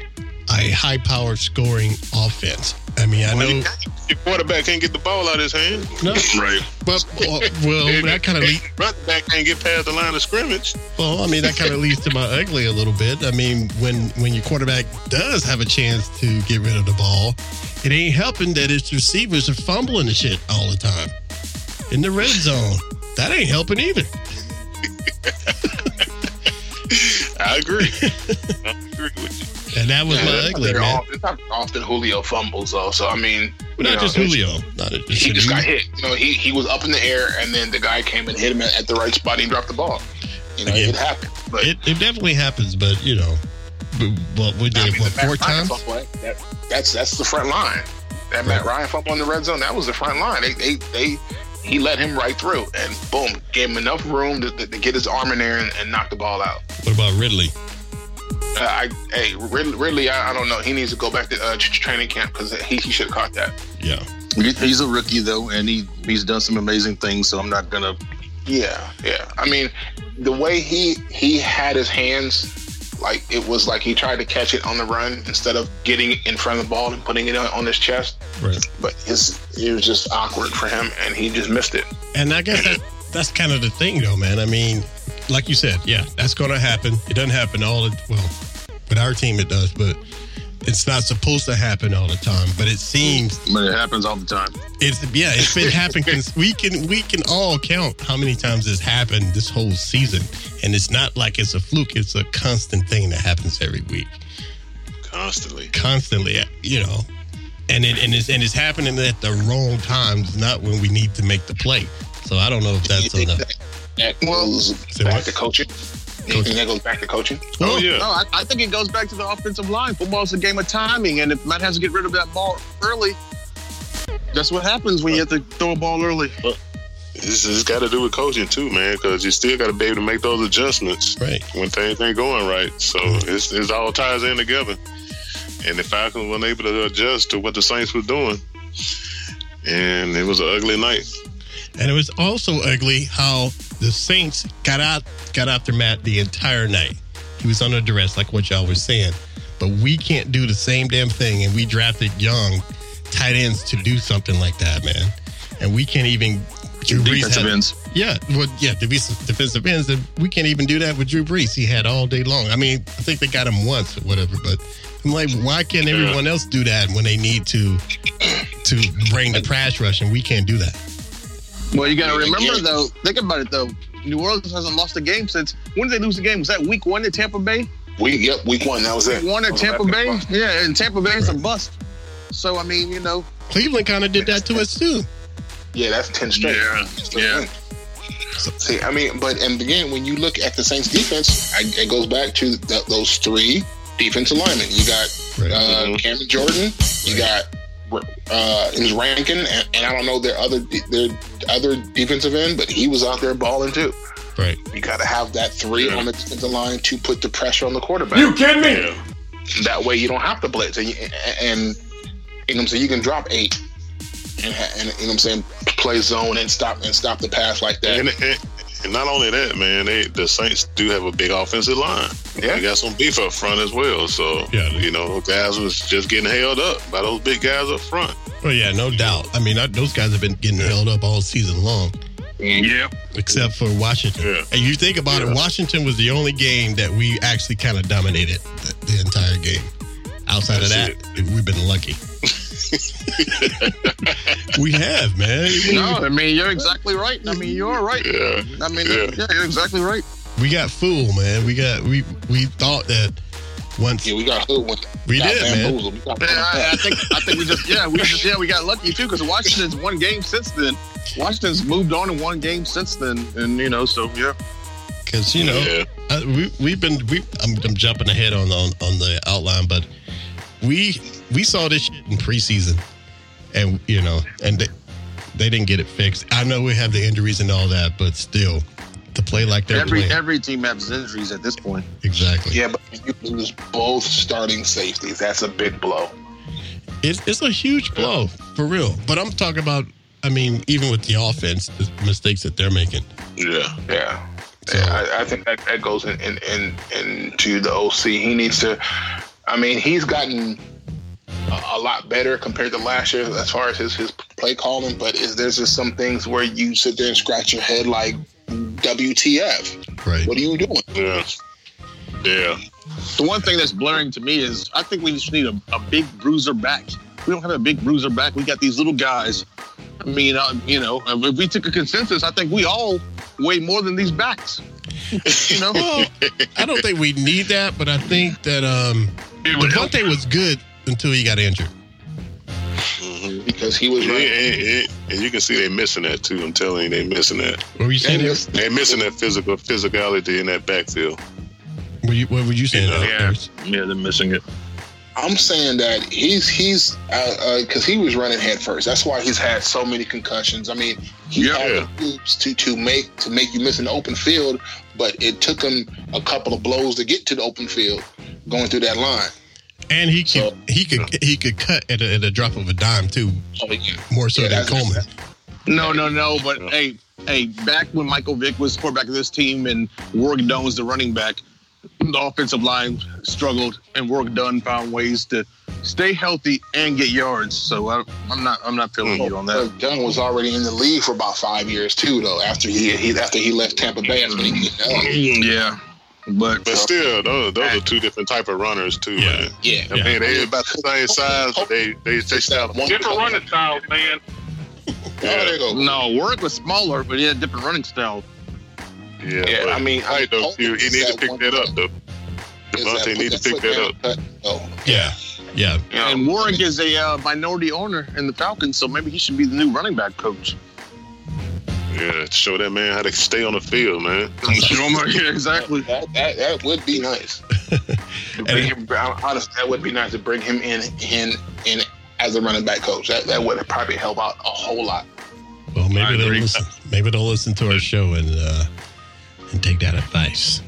[SPEAKER 4] a high powered scoring offense. I mean, I
[SPEAKER 2] Well,
[SPEAKER 4] know,
[SPEAKER 2] you can't- Your quarterback can't get the ball out of his hand.
[SPEAKER 4] No.
[SPEAKER 2] [LAUGHS]
[SPEAKER 4] Oh,
[SPEAKER 2] right.
[SPEAKER 4] but well, [LAUGHS] well,
[SPEAKER 2] [LAUGHS]
[SPEAKER 4] that kind of leads.
[SPEAKER 2] running back can't get past the line of scrimmage.
[SPEAKER 4] Well, I mean, that kind of leads to my ugly a little bit. I mean, when when your quarterback does have a chance to get rid of the ball, it ain't helping that its receivers are fumbling the shit all the time in the red zone. That ain't helping either.
[SPEAKER 2] I
[SPEAKER 4] [LAUGHS]
[SPEAKER 2] agree. I agree with you.
[SPEAKER 4] And that was
[SPEAKER 3] Yeah,
[SPEAKER 4] my
[SPEAKER 3] that's not
[SPEAKER 4] ugly
[SPEAKER 3] very
[SPEAKER 4] man.
[SPEAKER 3] often- it's not often Julio fumbles though, so I mean, you
[SPEAKER 4] Not
[SPEAKER 3] know,
[SPEAKER 4] just
[SPEAKER 3] it's-
[SPEAKER 4] Julio. Not just
[SPEAKER 3] He just got hit. You know, he he was up in the air, and then the guy came and hit him at, at the right spot. and He dropped the ball. You know,
[SPEAKER 4] Again.
[SPEAKER 3] it happened. But
[SPEAKER 4] It, it definitely happens, but you know, b- what we
[SPEAKER 3] I
[SPEAKER 4] did
[SPEAKER 3] mean,
[SPEAKER 4] what
[SPEAKER 3] the Matt
[SPEAKER 4] four
[SPEAKER 3] Ryan
[SPEAKER 4] times?
[SPEAKER 3] fumble, that, that's that's the front line. That Matt Ryan fumble on the red zone. That was the front line. They they they he let him right through, and boom, gave him enough room to, to, to get his arm in there and, and knock the ball out.
[SPEAKER 4] What about Ridley?
[SPEAKER 3] Uh, I hey Rid- Ridley, I, I don't know. He needs to go back to uh, tr- training camp because he, he should have caught that.
[SPEAKER 4] Yeah,
[SPEAKER 1] He's a rookie though, and he he's done some amazing things. So I'm not gonna.
[SPEAKER 3] Yeah, yeah. I mean, the way he he had his hands, like it was like he tried to catch it on the run instead of getting in front of the ball and putting it on, on his chest.
[SPEAKER 4] right.
[SPEAKER 3] But his it was just awkward for him, and he just missed it.
[SPEAKER 4] And I guess that, that's kind of the thing, though, man. I mean, like you said, yeah, that's going to happen. It doesn't happen all the well, with our team it does, but it's not supposed to happen all the time. But it seems
[SPEAKER 1] But it happens all the time.
[SPEAKER 4] it's yeah, it's been happening. 'cause we can we can all count how many times this happened this whole season, and it's not like it's a fluke. It's a constant thing that happens every week,
[SPEAKER 2] Constantly.
[SPEAKER 4] constantly. You know. And it, and it's and it's happening at the wrong times, not when we need to make the play. So I don't know if
[SPEAKER 2] [LAUGHS]
[SPEAKER 4] that's
[SPEAKER 3] you
[SPEAKER 4] enough.
[SPEAKER 3] think that goes
[SPEAKER 4] Say
[SPEAKER 3] back
[SPEAKER 4] what?
[SPEAKER 3] to coaching? You
[SPEAKER 4] Coaching.
[SPEAKER 3] think that goes back to coaching?
[SPEAKER 2] Oh,
[SPEAKER 4] Well,
[SPEAKER 2] yeah.
[SPEAKER 1] No, I, I think it goes back to the offensive line. Football's a game of timing, and if Matt has to get rid of that ball early, that's what happens when you have to throw a ball early.
[SPEAKER 2] This has got to do with coaching too, man, because you still got to be able to make those adjustments
[SPEAKER 4] Right.
[SPEAKER 2] when things ain't going right. So it's, it's all ties in together. And the Falcons weren't able to adjust to what the Saints were doing. and it was an ugly night.
[SPEAKER 4] And it was also ugly how the Saints got out got after Matt the entire night. He was under duress, like what y'all were saying. But we can't do the same damn thing, and we drafted young tight ends to do something like that, man. And we can't even. Drew Brees
[SPEAKER 1] Defensive
[SPEAKER 4] had-
[SPEAKER 1] ends.
[SPEAKER 4] Yeah, well, yeah, to be s- defensive ends, and we can't even do that with Drew Brees. He had all day long. I mean, I think they got him once or whatever, but I'm like, why can't everyone else do that when they need to to bring the pass rush, and we can't do that?
[SPEAKER 1] Well, you got to
[SPEAKER 3] Yeah,
[SPEAKER 1] remember
[SPEAKER 3] yeah.
[SPEAKER 1] though. Think about it though. New Orleans hasn't lost a game since when did they lose the game? Was that Week One to Tampa Bay?
[SPEAKER 3] We yep, week one. That was it.
[SPEAKER 1] One at
[SPEAKER 3] Right.
[SPEAKER 1] Tampa Bay? Yeah, and Tampa Bay's a bust. So I mean, you know,
[SPEAKER 4] Cleveland kind of did that to us too.
[SPEAKER 3] Yeah, that's ten straight.
[SPEAKER 1] yeah.
[SPEAKER 3] See, I mean, but and again, when you look at the Saints' defense, I, it goes back to th- those three defensive linemen. You got
[SPEAKER 4] Right.
[SPEAKER 2] Mm-hmm.
[SPEAKER 3] uh, Cameron Jordan, you got uh, it was Rankin, and, and I don't know their other de- their other defensive end, but he was out there balling too.
[SPEAKER 4] Right.
[SPEAKER 3] You got to have that three
[SPEAKER 2] Yeah.
[SPEAKER 3] on the defensive line to put the pressure on the quarterback.
[SPEAKER 7] kidding
[SPEAKER 2] Yeah.
[SPEAKER 3] that way, you don't have to blitz, and you, and, and you know what I'm saying you can drop eight. And, ha- and you know what I'm saying, play zone and stop and stop the pass like that.
[SPEAKER 2] And, and, and not only that, man, they, the Saints do have a big offensive line.
[SPEAKER 3] Yeah.
[SPEAKER 2] They got some beef up front as well. So,
[SPEAKER 4] Yeah.
[SPEAKER 2] you know, guys was just getting held up by those big guys up front.
[SPEAKER 4] Oh yeah, no doubt. I mean, I, those guys have been getting held up all season long,
[SPEAKER 6] Yeah.
[SPEAKER 4] except for Washington.
[SPEAKER 2] Yeah.
[SPEAKER 4] And you think about
[SPEAKER 2] Yeah.
[SPEAKER 4] it, Washington was the only game that we actually kind of dominated the, the entire game. Outside of that,
[SPEAKER 2] That's
[SPEAKER 4] we've been lucky. we have, man.
[SPEAKER 1] No, I mean you're exactly right. I mean you are right.
[SPEAKER 2] Yeah.
[SPEAKER 1] I mean,
[SPEAKER 2] Yeah.
[SPEAKER 1] yeah, you're exactly right.
[SPEAKER 4] We got fooled, man. We got we we thought that once
[SPEAKER 3] Yeah, we got hoodwinked.
[SPEAKER 4] we
[SPEAKER 3] got
[SPEAKER 4] did, man.
[SPEAKER 3] bamboozled. We got
[SPEAKER 1] Yeah, I, I think I think we just yeah we just yeah we got lucky too because Washington's one game since then. Washington's moved on in one game since then, and you know so yeah.
[SPEAKER 4] Because you know,
[SPEAKER 2] Yeah.
[SPEAKER 4] Uh, we we've been we I'm, I'm jumping ahead on, on on the outline, but we we saw this shit in preseason, and you know, and they, they didn't get it fixed. I know we have the injuries and all that, but still, to play like they're
[SPEAKER 1] Every
[SPEAKER 4] playing,
[SPEAKER 1] every team has injuries at this point.
[SPEAKER 4] exactly.
[SPEAKER 3] Yeah, but you lose both starting safeties. That's a big blow.
[SPEAKER 4] It's it's a huge blow for real. But I'm talking about, I mean, even with the offense, the mistakes that they're making.
[SPEAKER 2] Yeah.
[SPEAKER 3] Yeah.
[SPEAKER 4] So-
[SPEAKER 3] I, I think that, that goes in, in, in, into the OC. He needs to. I mean, he's gotten a, a lot better compared to last year as far as his, his play calling, but is, there's just some things where you sit there and scratch your head like, WTF?
[SPEAKER 4] Right.
[SPEAKER 3] What are you doing?
[SPEAKER 2] Yeah. Yeah.
[SPEAKER 1] The one thing that's blaring to me is I think we just need a, a big bruiser back. We don't have a big bruiser back. We got these little guys. I mean, uh, you know, if we took a consensus, I think we all weigh more than these backs. [LAUGHS] you know,
[SPEAKER 4] Well, I don't think we need that, but I think that um, Devontae was good until he got injured.
[SPEAKER 2] Mhm.
[SPEAKER 3] [LAUGHS] Because he was
[SPEAKER 2] Yeah,
[SPEAKER 3] right.
[SPEAKER 2] and, and- and you can see they missing that too. I'm telling you, they missing that.
[SPEAKER 4] What were you saying?
[SPEAKER 3] And
[SPEAKER 4] there?
[SPEAKER 3] it's-
[SPEAKER 2] They missing that physical physicality in that backfield.
[SPEAKER 4] Were you, what were you saying? uh,
[SPEAKER 2] Yeah.
[SPEAKER 4] Alex?
[SPEAKER 6] Yeah, they're missing it.
[SPEAKER 3] I'm saying that he's he's because uh, 'cause he was running head first. That's why he's had so many concussions. I mean, he
[SPEAKER 2] Yeah.
[SPEAKER 3] had the moves to to make to make you miss an open field, but it took him a couple of blows to get to the open field, going through that line.
[SPEAKER 4] And he could
[SPEAKER 3] So-
[SPEAKER 4] he could he could cut at a, at a drop of a dime too,
[SPEAKER 3] Oh yeah,
[SPEAKER 4] more so
[SPEAKER 3] Yeah,
[SPEAKER 4] than
[SPEAKER 3] that's-
[SPEAKER 4] Coleman.
[SPEAKER 1] no, Oh, no, no. But hey, hey, back when Michael Vick was quarterback of this team and Work was the running back, the offensive line struggled and Work Dunn found ways to stay healthy and get yards. So I, I'm not, I'm not feeling
[SPEAKER 3] Hmm.
[SPEAKER 1] you on that.
[SPEAKER 3] Doug Dunn was already in the league for about five years too, though. After he, he after he left Tampa Bay, that's when he got out.
[SPEAKER 1] Yeah, but
[SPEAKER 2] But still, those, those are two different type of runners too.
[SPEAKER 4] Yeah.
[SPEAKER 2] Man.
[SPEAKER 3] Yeah,
[SPEAKER 2] I mean, they about the same size, but they they they style.
[SPEAKER 3] different running style, man. Oh, there you go.
[SPEAKER 1] no, Warwick was smaller, but he had a different running style.
[SPEAKER 2] Yeah,
[SPEAKER 3] Yeah,
[SPEAKER 2] but
[SPEAKER 3] I mean,
[SPEAKER 2] I though, you, you need to pick that up though.
[SPEAKER 3] Is that-
[SPEAKER 2] Devontae need to pick
[SPEAKER 3] put that
[SPEAKER 2] that up.
[SPEAKER 3] foot down, cut, go.
[SPEAKER 4] Yeah, yeah.
[SPEAKER 1] And Warwick is a uh, minority owner in the Falcons, so maybe he should be the new running back coach.
[SPEAKER 2] Yeah, show that man how to stay on the field, man.
[SPEAKER 1] [LAUGHS] yeah, exactly.
[SPEAKER 3] That, that, that would be nice. To bring him, honestly, that would be nice to bring him in in in as a running back coach. That that would probably help out a whole lot.
[SPEAKER 4] Well,
[SPEAKER 2] I
[SPEAKER 4] maybe they'll
[SPEAKER 2] agree.
[SPEAKER 4] listen, maybe they'll listen to our show and uh, and take that advice.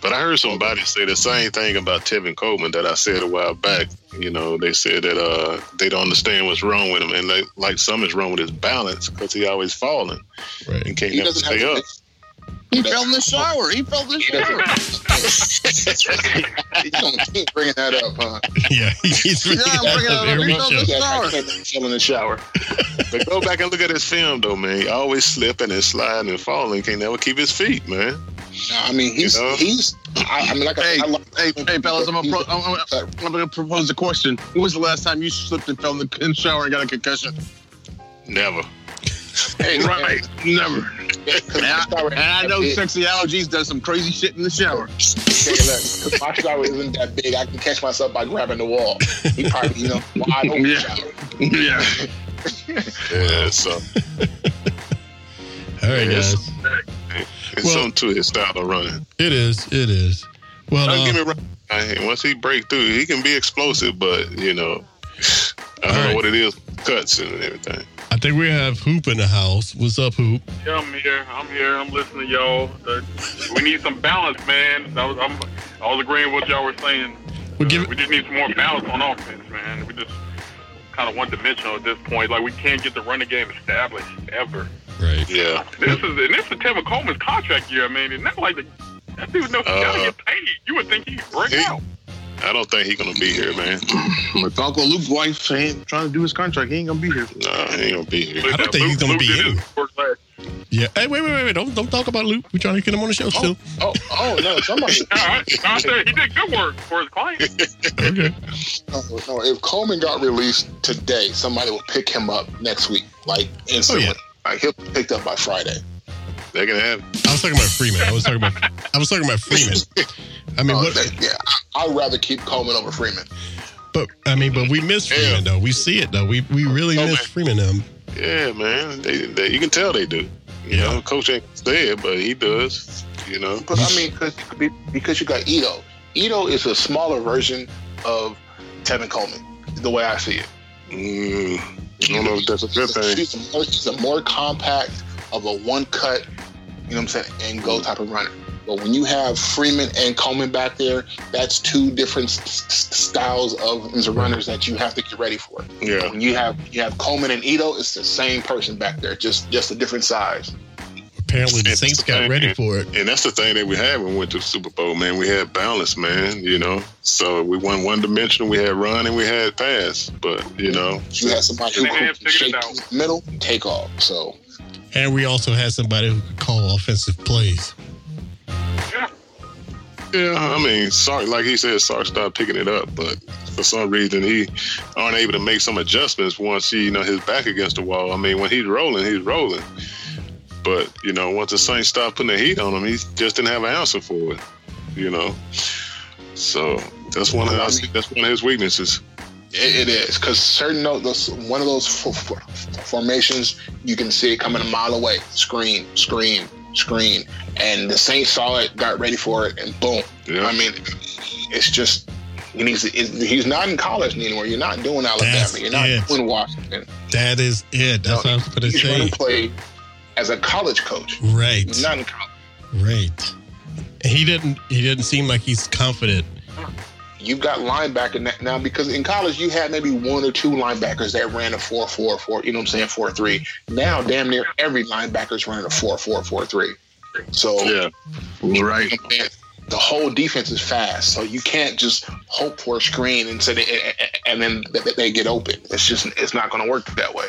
[SPEAKER 2] But I heard somebody say the same thing about Tevin Coleman that I said a while back. You know, they said that uh, they don't understand what's wrong with him, and they, like something's wrong with his balance because he always falling
[SPEAKER 4] Right.
[SPEAKER 2] and can't
[SPEAKER 3] He
[SPEAKER 2] never
[SPEAKER 3] doesn't have
[SPEAKER 2] stay
[SPEAKER 3] to
[SPEAKER 2] up.
[SPEAKER 3] fix-
[SPEAKER 1] [LAUGHS] He fell in the shower. He fell in the
[SPEAKER 3] He
[SPEAKER 1] shower.
[SPEAKER 3] [LAUGHS] You don't keep bringing that up, huh?
[SPEAKER 4] [LAUGHS] Yeah, [LAUGHS] he's really
[SPEAKER 1] [LAUGHS]
[SPEAKER 3] oh
[SPEAKER 1] Yeah, I'm bringing it up. He fell
[SPEAKER 4] out of every
[SPEAKER 1] in
[SPEAKER 4] show.
[SPEAKER 1] the
[SPEAKER 3] Yeah,
[SPEAKER 1] shower.
[SPEAKER 3] I said that fell in the shower.
[SPEAKER 2] But go back and look at his film, though, man. He always slipping and sliding and falling. Can't never keep his feet, man.
[SPEAKER 3] No, I mean, he's
[SPEAKER 2] You know?
[SPEAKER 3] he's. I, I mean, like I
[SPEAKER 1] Hey,
[SPEAKER 3] said, I like
[SPEAKER 1] hey, hey, fellas, I'm gonna, pro- I'm, I'm, I'm gonna propose a question. When was the last time you slipped and fell in the shower and got a concussion?
[SPEAKER 2] Never.
[SPEAKER 3] hey,
[SPEAKER 1] Right, never. And I,
[SPEAKER 3] Sorry.
[SPEAKER 1] and I know
[SPEAKER 3] It-
[SPEAKER 1] sexy allergies does some crazy shit in the shower.
[SPEAKER 3] Okay, look, 'cause my shower isn't that big. I can catch myself by grabbing the wall. He probably, you know, wide open
[SPEAKER 1] Yeah.
[SPEAKER 3] shower.
[SPEAKER 1] Yeah.
[SPEAKER 2] Yeah, so
[SPEAKER 4] All right,
[SPEAKER 2] Yes.
[SPEAKER 4] guys.
[SPEAKER 2] it's
[SPEAKER 4] Well-
[SPEAKER 2] something to his style of running.
[SPEAKER 4] It is. It is. Well,
[SPEAKER 2] Don't
[SPEAKER 4] uh,
[SPEAKER 2] get me wrong. I- Once he break through, he can be explosive, but you know, I don't
[SPEAKER 4] All
[SPEAKER 2] know
[SPEAKER 4] right.
[SPEAKER 2] what it is. Cuts and everything.
[SPEAKER 4] I think we have Hoop in the house. What's up, Hoop?
[SPEAKER 8] Yeah, I'm here. I'm here. I'm listening to y'all. Uh, We need some balance, man. I was, I'm, I was agreeing with what y'all were saying.
[SPEAKER 4] Well, give
[SPEAKER 8] Uh, we just need some more balance on offense, man. We just kind of one dimensional at this point. Like we can't get the running game established ever.
[SPEAKER 4] Right.
[SPEAKER 2] Yeah,
[SPEAKER 8] This is and this is Tevin Coleman's contract year. I mean, it's not like the, that dude knows he gotta
[SPEAKER 2] Uh,
[SPEAKER 8] get paid. You would think he'd break
[SPEAKER 2] he-
[SPEAKER 8] out.
[SPEAKER 2] I don't think he gonna be here, man.
[SPEAKER 1] [CLEARS THROAT] But Uncle Luke's wife ain't trying to do his contract. He ain't gonna be here.
[SPEAKER 2] Nah, he ain't gonna be here.
[SPEAKER 8] Look,
[SPEAKER 4] I don't
[SPEAKER 8] uh,
[SPEAKER 4] think he's gonna
[SPEAKER 8] Luke
[SPEAKER 4] be
[SPEAKER 8] did
[SPEAKER 4] in.
[SPEAKER 8] his work last-
[SPEAKER 4] Yeah. Hey, wait, wait, wait, wait. Don't don't talk about Luke. We're trying to get him on the show still.
[SPEAKER 3] Oh, oh no,
[SPEAKER 4] [LAUGHS]
[SPEAKER 3] somebody.
[SPEAKER 8] Yeah, I, I said he did good work for his client.
[SPEAKER 4] Okay.
[SPEAKER 3] No, no, if Coleman got released today, somebody will pick him up next week, like instantly.
[SPEAKER 4] Oh,
[SPEAKER 3] Like he'll be picked up by Friday.
[SPEAKER 2] They can have.
[SPEAKER 4] I was talking about Freeman. I was talking about. I was talking about Freeman. I mean,
[SPEAKER 3] Oh,
[SPEAKER 4] what,
[SPEAKER 3] that- yeah, I, I'd rather keep Coleman over Freeman.
[SPEAKER 4] but I mean, but we miss Freeman though. We see it though. We we really
[SPEAKER 2] Oh,
[SPEAKER 4] miss
[SPEAKER 2] man.
[SPEAKER 4] Freeman. Um,
[SPEAKER 2] Yeah, man. They, they, you can tell they do. You
[SPEAKER 4] Yeah.
[SPEAKER 2] know, coach ain't say it, but he does. You know,
[SPEAKER 3] But I mean, cause, be- because you got Ito. Ito is a smaller version of Tevin Coleman, the way I see it.
[SPEAKER 2] mm, I don't know if that's a good thing.
[SPEAKER 3] He's a more, he's a more compact of a one cut, you know what I'm saying, and
[SPEAKER 8] Mm-hmm.
[SPEAKER 3] go type of runner. But when you have Freeman and Coleman back there, that's two different s- s- styles of the
[SPEAKER 8] Mm-hmm.
[SPEAKER 3] runners that you have to get ready for.
[SPEAKER 2] Yeah,
[SPEAKER 3] When you have you have Coleman and Ito, it's the same person back there, just just a different size.
[SPEAKER 4] apparently, the
[SPEAKER 2] It's
[SPEAKER 4] Saints got
[SPEAKER 2] okay.
[SPEAKER 4] ready for it.
[SPEAKER 2] and that's the thing that we had when we went to the Super Bowl, man. We had balance, man. You know, so we won one dimension. We had run and we had pass, but you know,
[SPEAKER 3] You have somebody who
[SPEAKER 8] They
[SPEAKER 3] can
[SPEAKER 8] have figured
[SPEAKER 3] shake
[SPEAKER 8] it out.
[SPEAKER 3] the middle, take off. So
[SPEAKER 4] And we also had somebody who could call offensive plays.
[SPEAKER 8] Yeah.
[SPEAKER 2] Yeah, I mean, Sark, like he said, Sark started picking it up, but for some reason he aren't able to make some adjustments once he, you know, his back against the wall. I mean, when he's rolling, he's rolling. But you know, once the Saints start putting the heat on him, he just didn't have an answer for it. You know, so that's one of I see that's one of his weaknesses.
[SPEAKER 3] It, it is because certain of those one of those for, for, formations you can see it coming a mile away. Screen, screen, screen, and the Saints saw it, got ready for it, and boom.
[SPEAKER 2] Yeah,
[SPEAKER 3] I mean, it's just he needs. to- It, he's not in college anymore. You're not doing Alabama.
[SPEAKER 4] That's
[SPEAKER 3] You're not
[SPEAKER 4] it.
[SPEAKER 3] doing Washington.
[SPEAKER 4] That is it. That's what I was going to
[SPEAKER 3] He's going
[SPEAKER 4] say.
[SPEAKER 3] to play as a college coach.
[SPEAKER 4] Right.
[SPEAKER 3] He's not in college.
[SPEAKER 4] Right. He didn't. He didn't seem like he's confident.
[SPEAKER 3] You've got linebacker na- now because in college you had maybe one or two linebackers that ran a four four four. You know what I'm saying? Four three. Now damn near every linebacker's running a four four four three. So
[SPEAKER 2] yeah,
[SPEAKER 1] Right.
[SPEAKER 3] and the whole defense is fast, so you can't just hope for a screen and say they, and then th- th- they get open. It's just it's not going to work that way.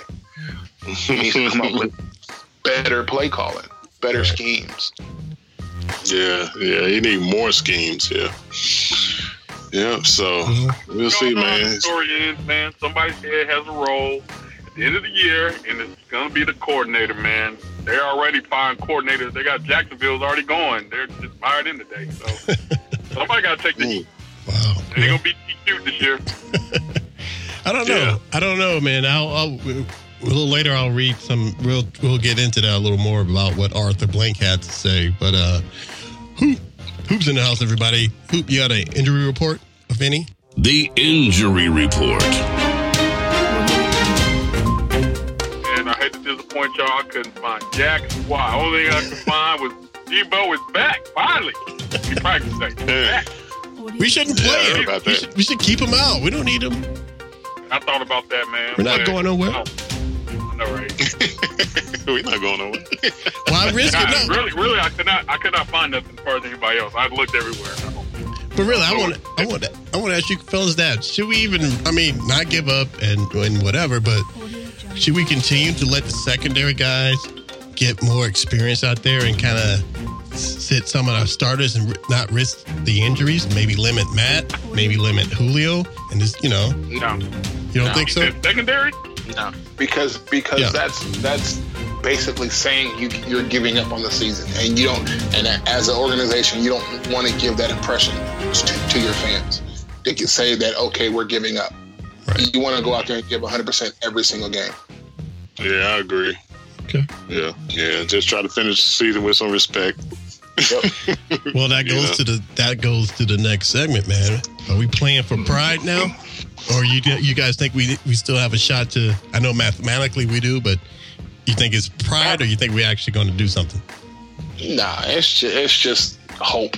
[SPEAKER 3] [LAUGHS] You need to come up with better play calling, better schemes.
[SPEAKER 2] yeah, yeah. He need more schemes. Yeah, yeah. So we'll see,
[SPEAKER 8] You Mm-hmm. know how
[SPEAKER 2] man.
[SPEAKER 8] The story is, man, somebody's head has a role at the end of the year, and it's going to be the coordinator, man. They're already firing coordinators. They got Jacksonville's already going. They're just hired in today.
[SPEAKER 2] [LAUGHS]
[SPEAKER 8] So somebody got to take the
[SPEAKER 2] Mm.
[SPEAKER 8] heat.
[SPEAKER 4] Wow.
[SPEAKER 8] They're going to be DQ this year.
[SPEAKER 4] I don't know.
[SPEAKER 2] Yeah.
[SPEAKER 4] I don't know, man. I'll, I'll a little later. I'll read some. We'll we'll get into that a little more about what Arthur Blank had to say. But uh, hoop hoops in the house, everybody. Hoop, you got an injury report of any?
[SPEAKER 5] The injury report.
[SPEAKER 8] And I hate to disappoint y'all. I couldn't find Jack. Why? Only thing I could find was Debo is back, finally. He practiced that.
[SPEAKER 2] [LAUGHS] Yeah.
[SPEAKER 4] We shouldn't play
[SPEAKER 2] Yeah, I heard
[SPEAKER 4] him.
[SPEAKER 2] about
[SPEAKER 4] We
[SPEAKER 2] that.
[SPEAKER 4] should, we should keep him out. We don't need him.
[SPEAKER 8] I thought about that, man.
[SPEAKER 4] We're not
[SPEAKER 8] but-
[SPEAKER 4] going nowhere.
[SPEAKER 8] Oh, I know, right?
[SPEAKER 2] [LAUGHS] We're not going nowhere.
[SPEAKER 4] Why
[SPEAKER 2] [LAUGHS]
[SPEAKER 4] risk
[SPEAKER 8] Nah,
[SPEAKER 4] it? No,
[SPEAKER 8] Really, really, I could not. I could not find nothing as far as anybody else. I've looked everywhere.
[SPEAKER 4] But really, I want I want I want to ask you fellas that should we even I mean not give up and and whatever, but should we continue to let the secondary guys get more experience out there and kind of sit some of our starters and ri- not risk the injuries? Maybe limit Matt, maybe limit Julio, and just you know
[SPEAKER 6] No.
[SPEAKER 4] you don't
[SPEAKER 3] No.
[SPEAKER 4] think so?
[SPEAKER 8] Is secondary?
[SPEAKER 3] No, because because
[SPEAKER 4] Yeah.
[SPEAKER 3] that's that's basically saying you you're giving up on the season, and you don't. And as an organization, you don't want to give that impression to, to your fans. They can say that okay, we're giving up.
[SPEAKER 4] Right.
[SPEAKER 3] You want to go out there and give 100 percent every single game.
[SPEAKER 2] Yeah, I agree.
[SPEAKER 4] Okay.
[SPEAKER 2] Yeah, yeah. Just try to finish the season with some respect.
[SPEAKER 4] Well, that goes
[SPEAKER 2] Yeah.
[SPEAKER 4] to the that goes to the next segment, man. Are we playing for pride now, or you you guys think we we still have a shot to? I know mathematically we do, but you think it's pride, or you think we're actually going to do something?
[SPEAKER 3] Nah, it's just, it's just hope.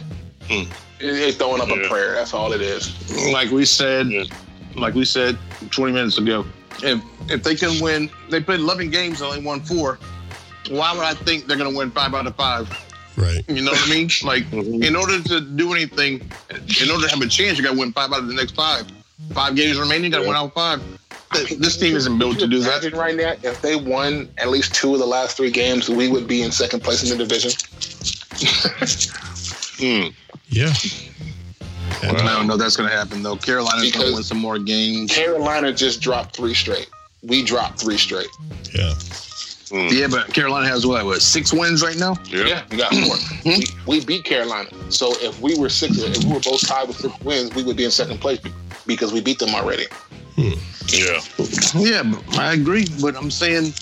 [SPEAKER 4] Hmm.
[SPEAKER 2] Mm.
[SPEAKER 3] It- It's throwing up
[SPEAKER 2] Yeah.
[SPEAKER 3] a prayer. That's all it is.
[SPEAKER 1] like we said,
[SPEAKER 2] Yeah.
[SPEAKER 1] like we said 20 minutes ago, if if they can win, they played 11 games and only won four. Why would I think they're going to win five out of five?
[SPEAKER 4] Right.
[SPEAKER 1] You know what I mean? Like,
[SPEAKER 3] Mm-hmm.
[SPEAKER 1] in order to do anything, in order to have a chance, you got to win five out of the next five. Five games remaining, you got to win out of five. Th- This team isn't built to do that.
[SPEAKER 3] Imagine right now, if they won at least two of the last three games, we would be in second place in the division.
[SPEAKER 2] Mm.
[SPEAKER 4] Yeah.
[SPEAKER 1] I don't know if that's going to happen though. Carolina's going
[SPEAKER 3] Because-
[SPEAKER 1] to win some more games.
[SPEAKER 3] Carolina just dropped three straight. We dropped three straight.
[SPEAKER 4] Yeah.
[SPEAKER 2] Mm.
[SPEAKER 1] Yeah, but Carolina has what? What six wins right now?
[SPEAKER 2] Yeah.
[SPEAKER 3] Yeah, we got four. we, we beat Carolina. So if we were six, if we were both tied with six wins, we would be in second place be- because we beat them already.
[SPEAKER 2] Yeah.
[SPEAKER 1] Yeah, but I agree. But I'm saying,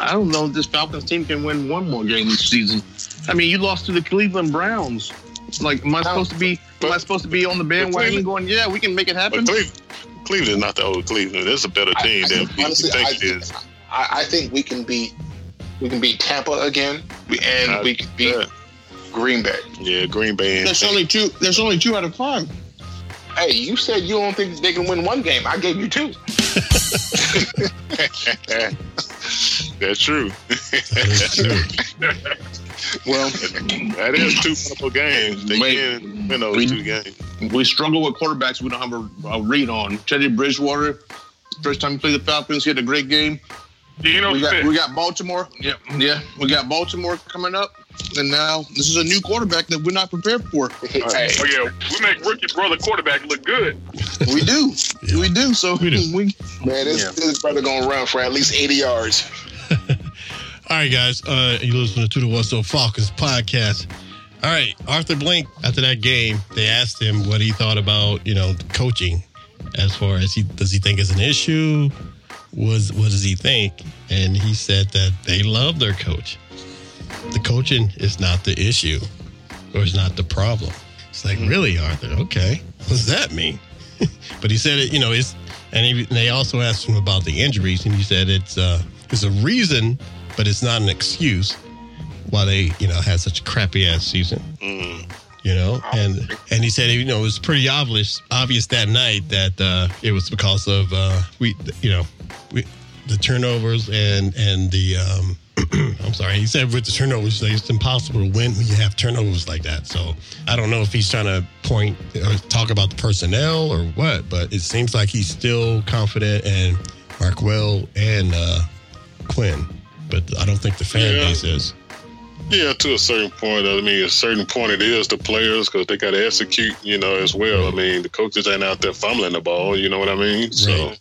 [SPEAKER 1] I don't know if this Falcons team can win one more game this season. I mean, you lost to the Cleveland Browns. Like, am I supposed to be? Am I supposed to be on the bandwagon
[SPEAKER 2] Cleveland-
[SPEAKER 1] going? Yeah, we can make it happen.
[SPEAKER 2] But Cleveland, Cleveland's not the old Cleveland. It's a better
[SPEAKER 3] I-
[SPEAKER 2] team
[SPEAKER 3] I
[SPEAKER 2] than
[SPEAKER 3] think-
[SPEAKER 2] people
[SPEAKER 3] honestly,
[SPEAKER 2] think
[SPEAKER 3] I-
[SPEAKER 2] it is.
[SPEAKER 3] I, I think we can beat we can beat Tampa again, and
[SPEAKER 2] I-
[SPEAKER 3] we can beat
[SPEAKER 2] yeah.
[SPEAKER 3] Green Bay.
[SPEAKER 2] Yeah, Green Bay. and-
[SPEAKER 1] There's only two. There's only two out of five.
[SPEAKER 3] Hey, you said you don't think they can win one game. I gave you two.
[SPEAKER 2] That's true.
[SPEAKER 4] That is true.
[SPEAKER 1] Well,
[SPEAKER 2] that is
[SPEAKER 3] [LAUGHS]
[SPEAKER 2] two winnable games. They
[SPEAKER 1] Wait.
[SPEAKER 2] can win those
[SPEAKER 1] We-
[SPEAKER 2] two games.
[SPEAKER 1] we struggle with quarterbacks. We don't have a, a read on. Teddy Bridgewater, first time he played the Falcons, he had a great game.
[SPEAKER 8] Geno
[SPEAKER 1] we got
[SPEAKER 8] Smith.
[SPEAKER 1] we got Baltimore. Yeah, yeah. We got Baltimore coming up, and now this is a new quarterback that we're not prepared for.
[SPEAKER 3] [LAUGHS] Hey,
[SPEAKER 8] Oh yeah, we make rookie brother quarterback look good.
[SPEAKER 1] We do,
[SPEAKER 4] Yeah.
[SPEAKER 1] we do. So
[SPEAKER 4] We do.
[SPEAKER 1] [LAUGHS] we
[SPEAKER 3] man, this,
[SPEAKER 1] Yeah.
[SPEAKER 3] this brother gonna run for at least eighty yards.
[SPEAKER 4] All right, guys. Uh, you listening to the One So Falcons podcast. All right, Arthur Blank. After that game, they asked him what he thought about you know coaching, as far as he does he think it's an issue, was what does he think, and he said that they love their coach. The coaching is not the issue, or is not the problem. It's like really, Arthur. Okay, what does that mean? but he said it. You know, it's and, he, and they also asked him about the injuries, and he said it's uh it's a reason but it's not an excuse why they you know had such a crappy ass season
[SPEAKER 2] Mm.
[SPEAKER 4] you know and and he said you know it was pretty obvious obvious that night that uh it was because of uh we you know we the turnovers and and the um [CLEARS THROAT] I'm sorry. He said with the turnovers, like, it's impossible to win when you have turnovers like that. So I don't know if he's trying to point or talk about the personnel or what, but it seems like he's still confident and Markwell and uh, Quinn. But I don't think the fan
[SPEAKER 2] Yeah.
[SPEAKER 4] base is.
[SPEAKER 2] Yeah, to a certain point. I mean, a certain point it is the players because they got to execute, you know, as well. I mean, the coaches ain't out there fumbling the ball. You know what I mean? So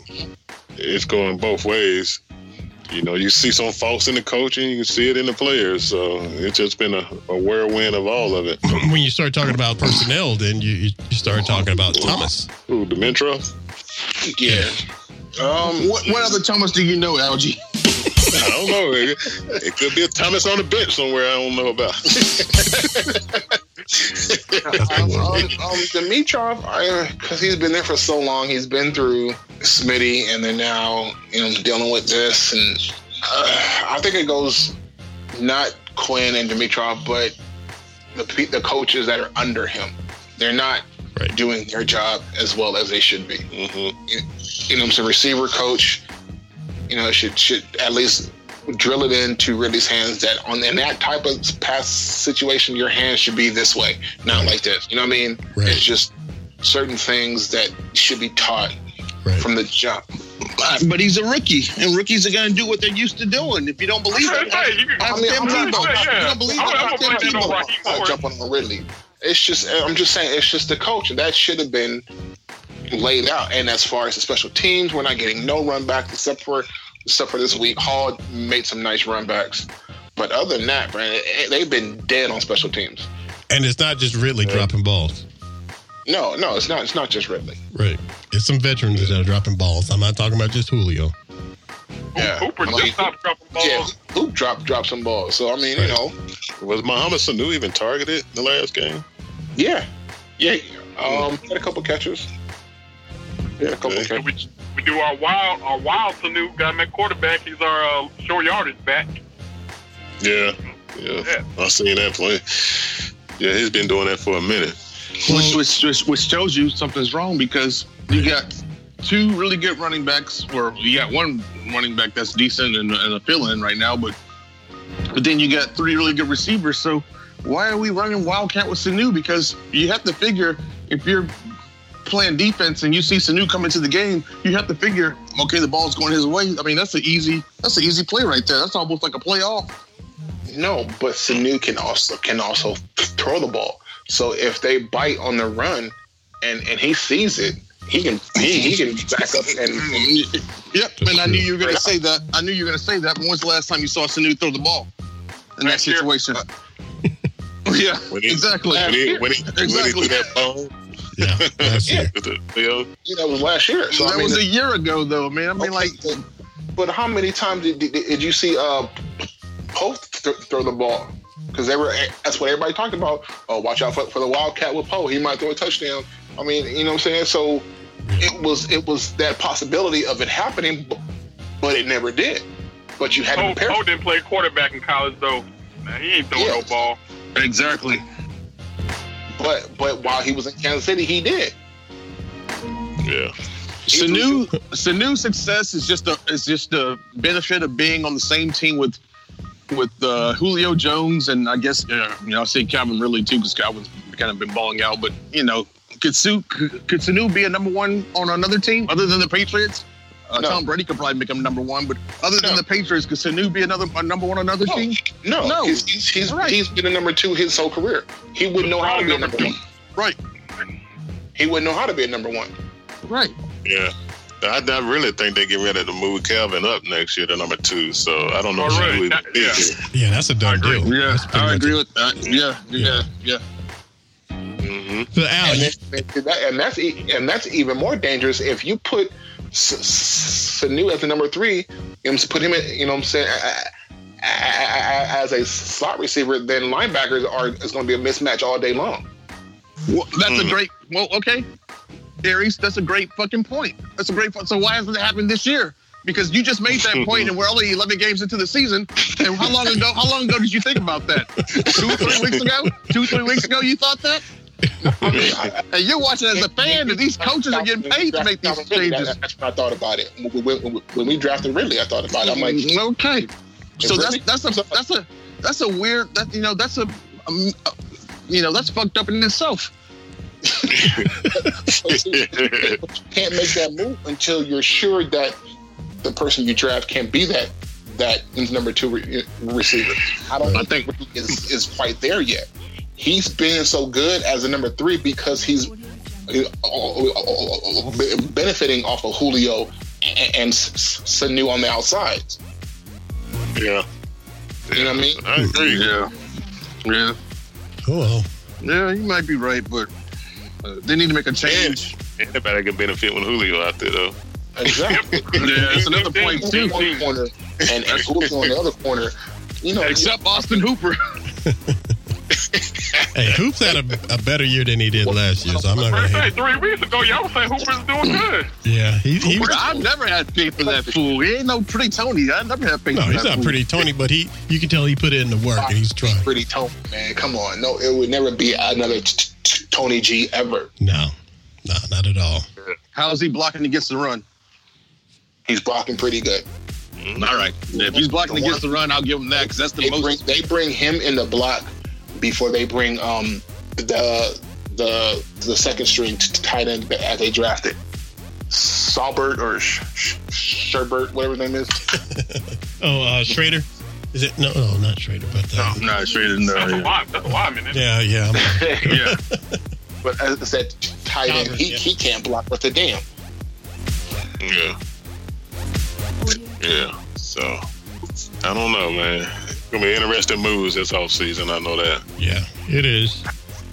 [SPEAKER 2] it's going both ways. You know, you see some faults in the coaching, you can see it in the players. So it's just been a, a whirlwind of all of it.
[SPEAKER 4] when you start talking about personnel, then you, you you start talking about Thomas.
[SPEAKER 2] Ooh, Dimitro?
[SPEAKER 3] Yeah,
[SPEAKER 1] Um, what, what other Thomas do you know, Algie?
[SPEAKER 2] I don't know. It, it could be a Thomas on the bench somewhere I don't know about. [LAUGHS]
[SPEAKER 4] That's the
[SPEAKER 3] um,
[SPEAKER 4] word.
[SPEAKER 3] um, um, Dimitrov, because he's been there for so long, he's been through Smitty, and then now you know dealing with this, and uh, I think it goes not Quinn and Dimitrov, but the pe- the coaches that are under him. They're not
[SPEAKER 4] Right.
[SPEAKER 3] doing their job as well as they should be. You, you know, so receiver coach, you know, should should at least drill it into Ridley's hands that on in that type of pass situation, your hands should be this way, not like this. You know what I mean?
[SPEAKER 4] Right.
[SPEAKER 3] It's just certain things that should be taught
[SPEAKER 4] Right.
[SPEAKER 3] from the jump.
[SPEAKER 6] Uh, But he's a rookie, and rookies are going to do what they're used to doing. If you don't believe
[SPEAKER 8] I'm
[SPEAKER 6] it,
[SPEAKER 8] trying to say, you can-
[SPEAKER 3] I mean, I'm
[SPEAKER 8] trying
[SPEAKER 3] not
[SPEAKER 8] to say,
[SPEAKER 3] about that.
[SPEAKER 8] yeah.
[SPEAKER 3] You don't believe
[SPEAKER 8] I'm-
[SPEAKER 3] that.
[SPEAKER 8] I'm
[SPEAKER 3] About
[SPEAKER 8] gonna
[SPEAKER 3] that.
[SPEAKER 8] blame that on Raheem
[SPEAKER 3] I
[SPEAKER 8] Morris.
[SPEAKER 3] jump on Ridley. It's just, I'm just saying, it's just the coach, and that should have been laid out. And as far as the special teams, we're not getting no run back except for except for this week. Hall made some nice run backs, but other than that, man, it- it- Eh, they've been dead on special teams.
[SPEAKER 4] And it's not just Ridley dropping balls.
[SPEAKER 3] No, no, it's not. It's not just Ridley.
[SPEAKER 4] Right. It's some veterans that are dropping balls. I'm not talking about just Julio.
[SPEAKER 3] Yeah,
[SPEAKER 8] Cooper
[SPEAKER 3] I mean,
[SPEAKER 8] just stopped dropping balls.
[SPEAKER 3] yeah. Hoop dropped dropped some balls. So I mean, you
[SPEAKER 4] Right.
[SPEAKER 3] know,
[SPEAKER 2] Was Muhammad Sanu even targeted in the last game? Hmm.
[SPEAKER 3] yeah, yeah. Um, had a couple catches. Yeah, a couple
[SPEAKER 2] Okay.
[SPEAKER 3] catches.
[SPEAKER 8] We, we do our wild, our wild Sanu got him at quarterback. He's our uh, short yardage back.
[SPEAKER 2] Yeah. Yeah.
[SPEAKER 8] Yeah.
[SPEAKER 2] I seen that play. Yeah, he's been doing that for a minute.
[SPEAKER 1] which, which which which tells you something's wrong because you got two really good running backs, or you got one running back that's decent and, and a fill-in right now, but but then you got three really good receivers. So why are we running Wildcat with Sanu? Because you have to figure if you're playing defense and you see Sanu come into the game, you have to figure okay, the ball's going his way. I mean, that's an easy that's an easy play right there. That's almost like a playoff.
[SPEAKER 3] No, Oh, but Sanu can also can also throw the ball. So if they bite on the run, and and he sees it, he can he, he can back up and
[SPEAKER 1] Yep, and I knew you were going to say that. I knew you were going to say that. But when's the last time you saw Sanu throw the ball in that
[SPEAKER 8] Last year.
[SPEAKER 1] situation?
[SPEAKER 3] Uh,
[SPEAKER 1] yeah,
[SPEAKER 2] When he-
[SPEAKER 1] exactly.
[SPEAKER 2] When he, when he, when he
[SPEAKER 1] Exactly.
[SPEAKER 2] threw that ball,
[SPEAKER 4] Yeah. That's it.
[SPEAKER 2] with the- you know,
[SPEAKER 3] you know, that was last year. So
[SPEAKER 1] that
[SPEAKER 3] I mean,
[SPEAKER 1] was a year ago, though, man. I mean, like,
[SPEAKER 3] but how many times did, did, did you see uh Pope th- throw the ball? Because they were eh, that's what everybody talked about. Oh, watch out for, for the Wildcat with Poe. He might throw a touchdown. I mean, you know what I'm saying? So it was it was that possibility of it happening, bu- but it never did. But you had to
[SPEAKER 8] Cole,
[SPEAKER 3] prepare.
[SPEAKER 8] Cole didn't play quarterback in college though. Nah, he ain't throwing
[SPEAKER 3] Yeah.
[SPEAKER 8] no ball.
[SPEAKER 1] exactly.
[SPEAKER 3] But but while he was in Kansas City, he did.
[SPEAKER 2] yeah.
[SPEAKER 1] Sanu, Sanu's success is just a is just the benefit of being on the same team with with uh, Julio Jones and I guess uh, you know I say Calvin Ridley too because Calvin's kind of been balling out, but you know could Sue could could Sanu be a number one on another team other than the Patriots? Uh,
[SPEAKER 3] No.
[SPEAKER 1] Tom Brady could probably make him number one, but other than
[SPEAKER 3] No. Oh.
[SPEAKER 1] the Patriots, could Sanu be another a number one on another
[SPEAKER 3] No.
[SPEAKER 1] team?
[SPEAKER 3] No,
[SPEAKER 1] No,
[SPEAKER 3] he's he's, he's,
[SPEAKER 1] right.
[SPEAKER 3] he's been a number two his whole career. He wouldn't know how to be a number one.
[SPEAKER 1] Right,
[SPEAKER 3] He wouldn't know how to be a number one.
[SPEAKER 1] right.
[SPEAKER 2] Yeah. I, I really think they get ready to move Calvin up next year to number two. So I don't know if
[SPEAKER 8] Already,
[SPEAKER 2] Sanu even
[SPEAKER 8] that-
[SPEAKER 2] be
[SPEAKER 8] yeah.
[SPEAKER 2] here.
[SPEAKER 4] Yeah, that's a
[SPEAKER 8] I
[SPEAKER 4] done
[SPEAKER 8] agree.
[SPEAKER 4] deal.
[SPEAKER 1] Yeah,
[SPEAKER 4] Oh, That's pretty
[SPEAKER 1] I
[SPEAKER 4] much
[SPEAKER 1] agree
[SPEAKER 4] it.
[SPEAKER 1] with that. Yeah, yeah, yeah.
[SPEAKER 2] Mhm.
[SPEAKER 4] So, Al,
[SPEAKER 3] and,
[SPEAKER 4] you-
[SPEAKER 3] that, and that's e- and that's even more dangerous if you put S- S- Sanu as the number three. You know, put him in. You know, what I'm saying a- a- a- a- as a slot receiver, then linebackers are it's going to be a mismatch all day long.
[SPEAKER 1] Well, that's
[SPEAKER 2] Mm.
[SPEAKER 1] a great. Well, okay, Darius, that's a great fucking point. That's a great. point. So why hasn't it happened this year? Because you just made that point, and we're only 11 games into the season. And how long ago? How long ago did you think about that? Two, three weeks ago? Two, three weeks ago, you thought that?
[SPEAKER 3] I mean, I-
[SPEAKER 1] And you're watching as a fan, and these coaches are getting paid to make these changes.
[SPEAKER 3] That's what I thought about it when, when- when we drafted Ridley. I thought about it. I'm like,
[SPEAKER 1] Mm, okay. So that's
[SPEAKER 3] Ridley-
[SPEAKER 1] that's a that's a that's a weird that you know that's a um, uh, you know that's fucked up in itself.
[SPEAKER 3] but you can't make that move until you're sure that the person you draft can't be that that number two re- receiver. I don't
[SPEAKER 1] I
[SPEAKER 3] think Ridley is is quite there yet. He's been so good as a number three because he's uh, uh, benefiting off of Julio and, and S- S- Sanu on the outside.
[SPEAKER 2] [LAUGHS] yeah.
[SPEAKER 3] You know what I mean?
[SPEAKER 2] I agree.
[SPEAKER 1] Yeah, yeah.
[SPEAKER 4] oh, well.
[SPEAKER 1] Yeah, you might be right, but uh, they need to make a change.
[SPEAKER 2] Anybody can benefit when Julio out there, though.
[SPEAKER 3] Exactly.
[SPEAKER 1] [LAUGHS] Yeah, that's another point too.
[SPEAKER 3] One corner and, and Julio on the other corner. You know,
[SPEAKER 1] Except Austin Hooper.
[SPEAKER 4] hey, Hoops had a, a better year than he did last year, so I'm not going to
[SPEAKER 8] First
[SPEAKER 4] hate
[SPEAKER 8] thing,
[SPEAKER 4] him.
[SPEAKER 8] three weeks ago, y'all was saying Hooper's doing good.
[SPEAKER 4] Yeah, he, he was.
[SPEAKER 1] I've never had faith for that fool. He ain't no pretty Tony. I never had faith.
[SPEAKER 4] No,
[SPEAKER 1] for
[SPEAKER 4] he's
[SPEAKER 1] that
[SPEAKER 4] not
[SPEAKER 1] fool.
[SPEAKER 4] pretty Tony, but he you can tell he put in the work and he's trying.
[SPEAKER 3] pretty Tony, man. Come on. No, it would never be another t- t- Tony G ever.
[SPEAKER 4] No. No, not at all.
[SPEAKER 1] How's he blocking against the run?
[SPEAKER 3] He's blocking pretty good.
[SPEAKER 1] All right. If he's blocking
[SPEAKER 3] The
[SPEAKER 1] against the run, I'll give him that because that's the
[SPEAKER 3] They
[SPEAKER 1] most.
[SPEAKER 3] bring they bring him in the block before they bring um the the the second string t- tight end that they drafted. Saubert or Sh- Sh- Sherbert, whatever his name is.
[SPEAKER 4] Oh, uh, Schrader? Is it? No, no, not Schrader, but. Uh,
[SPEAKER 1] no, straight in
[SPEAKER 8] That's a lot. That's a lot, man.
[SPEAKER 4] Yeah, yeah. I'm-
[SPEAKER 1] [LAUGHS] Yeah.
[SPEAKER 3] But as I said, tight end,
[SPEAKER 4] Saubert,
[SPEAKER 3] he,
[SPEAKER 4] yeah.
[SPEAKER 3] he can't block with a damn.
[SPEAKER 2] Yeah. Yeah. So I don't know, man. It's gonna be interesting moves this offseason, I know that.
[SPEAKER 4] Yeah, it is.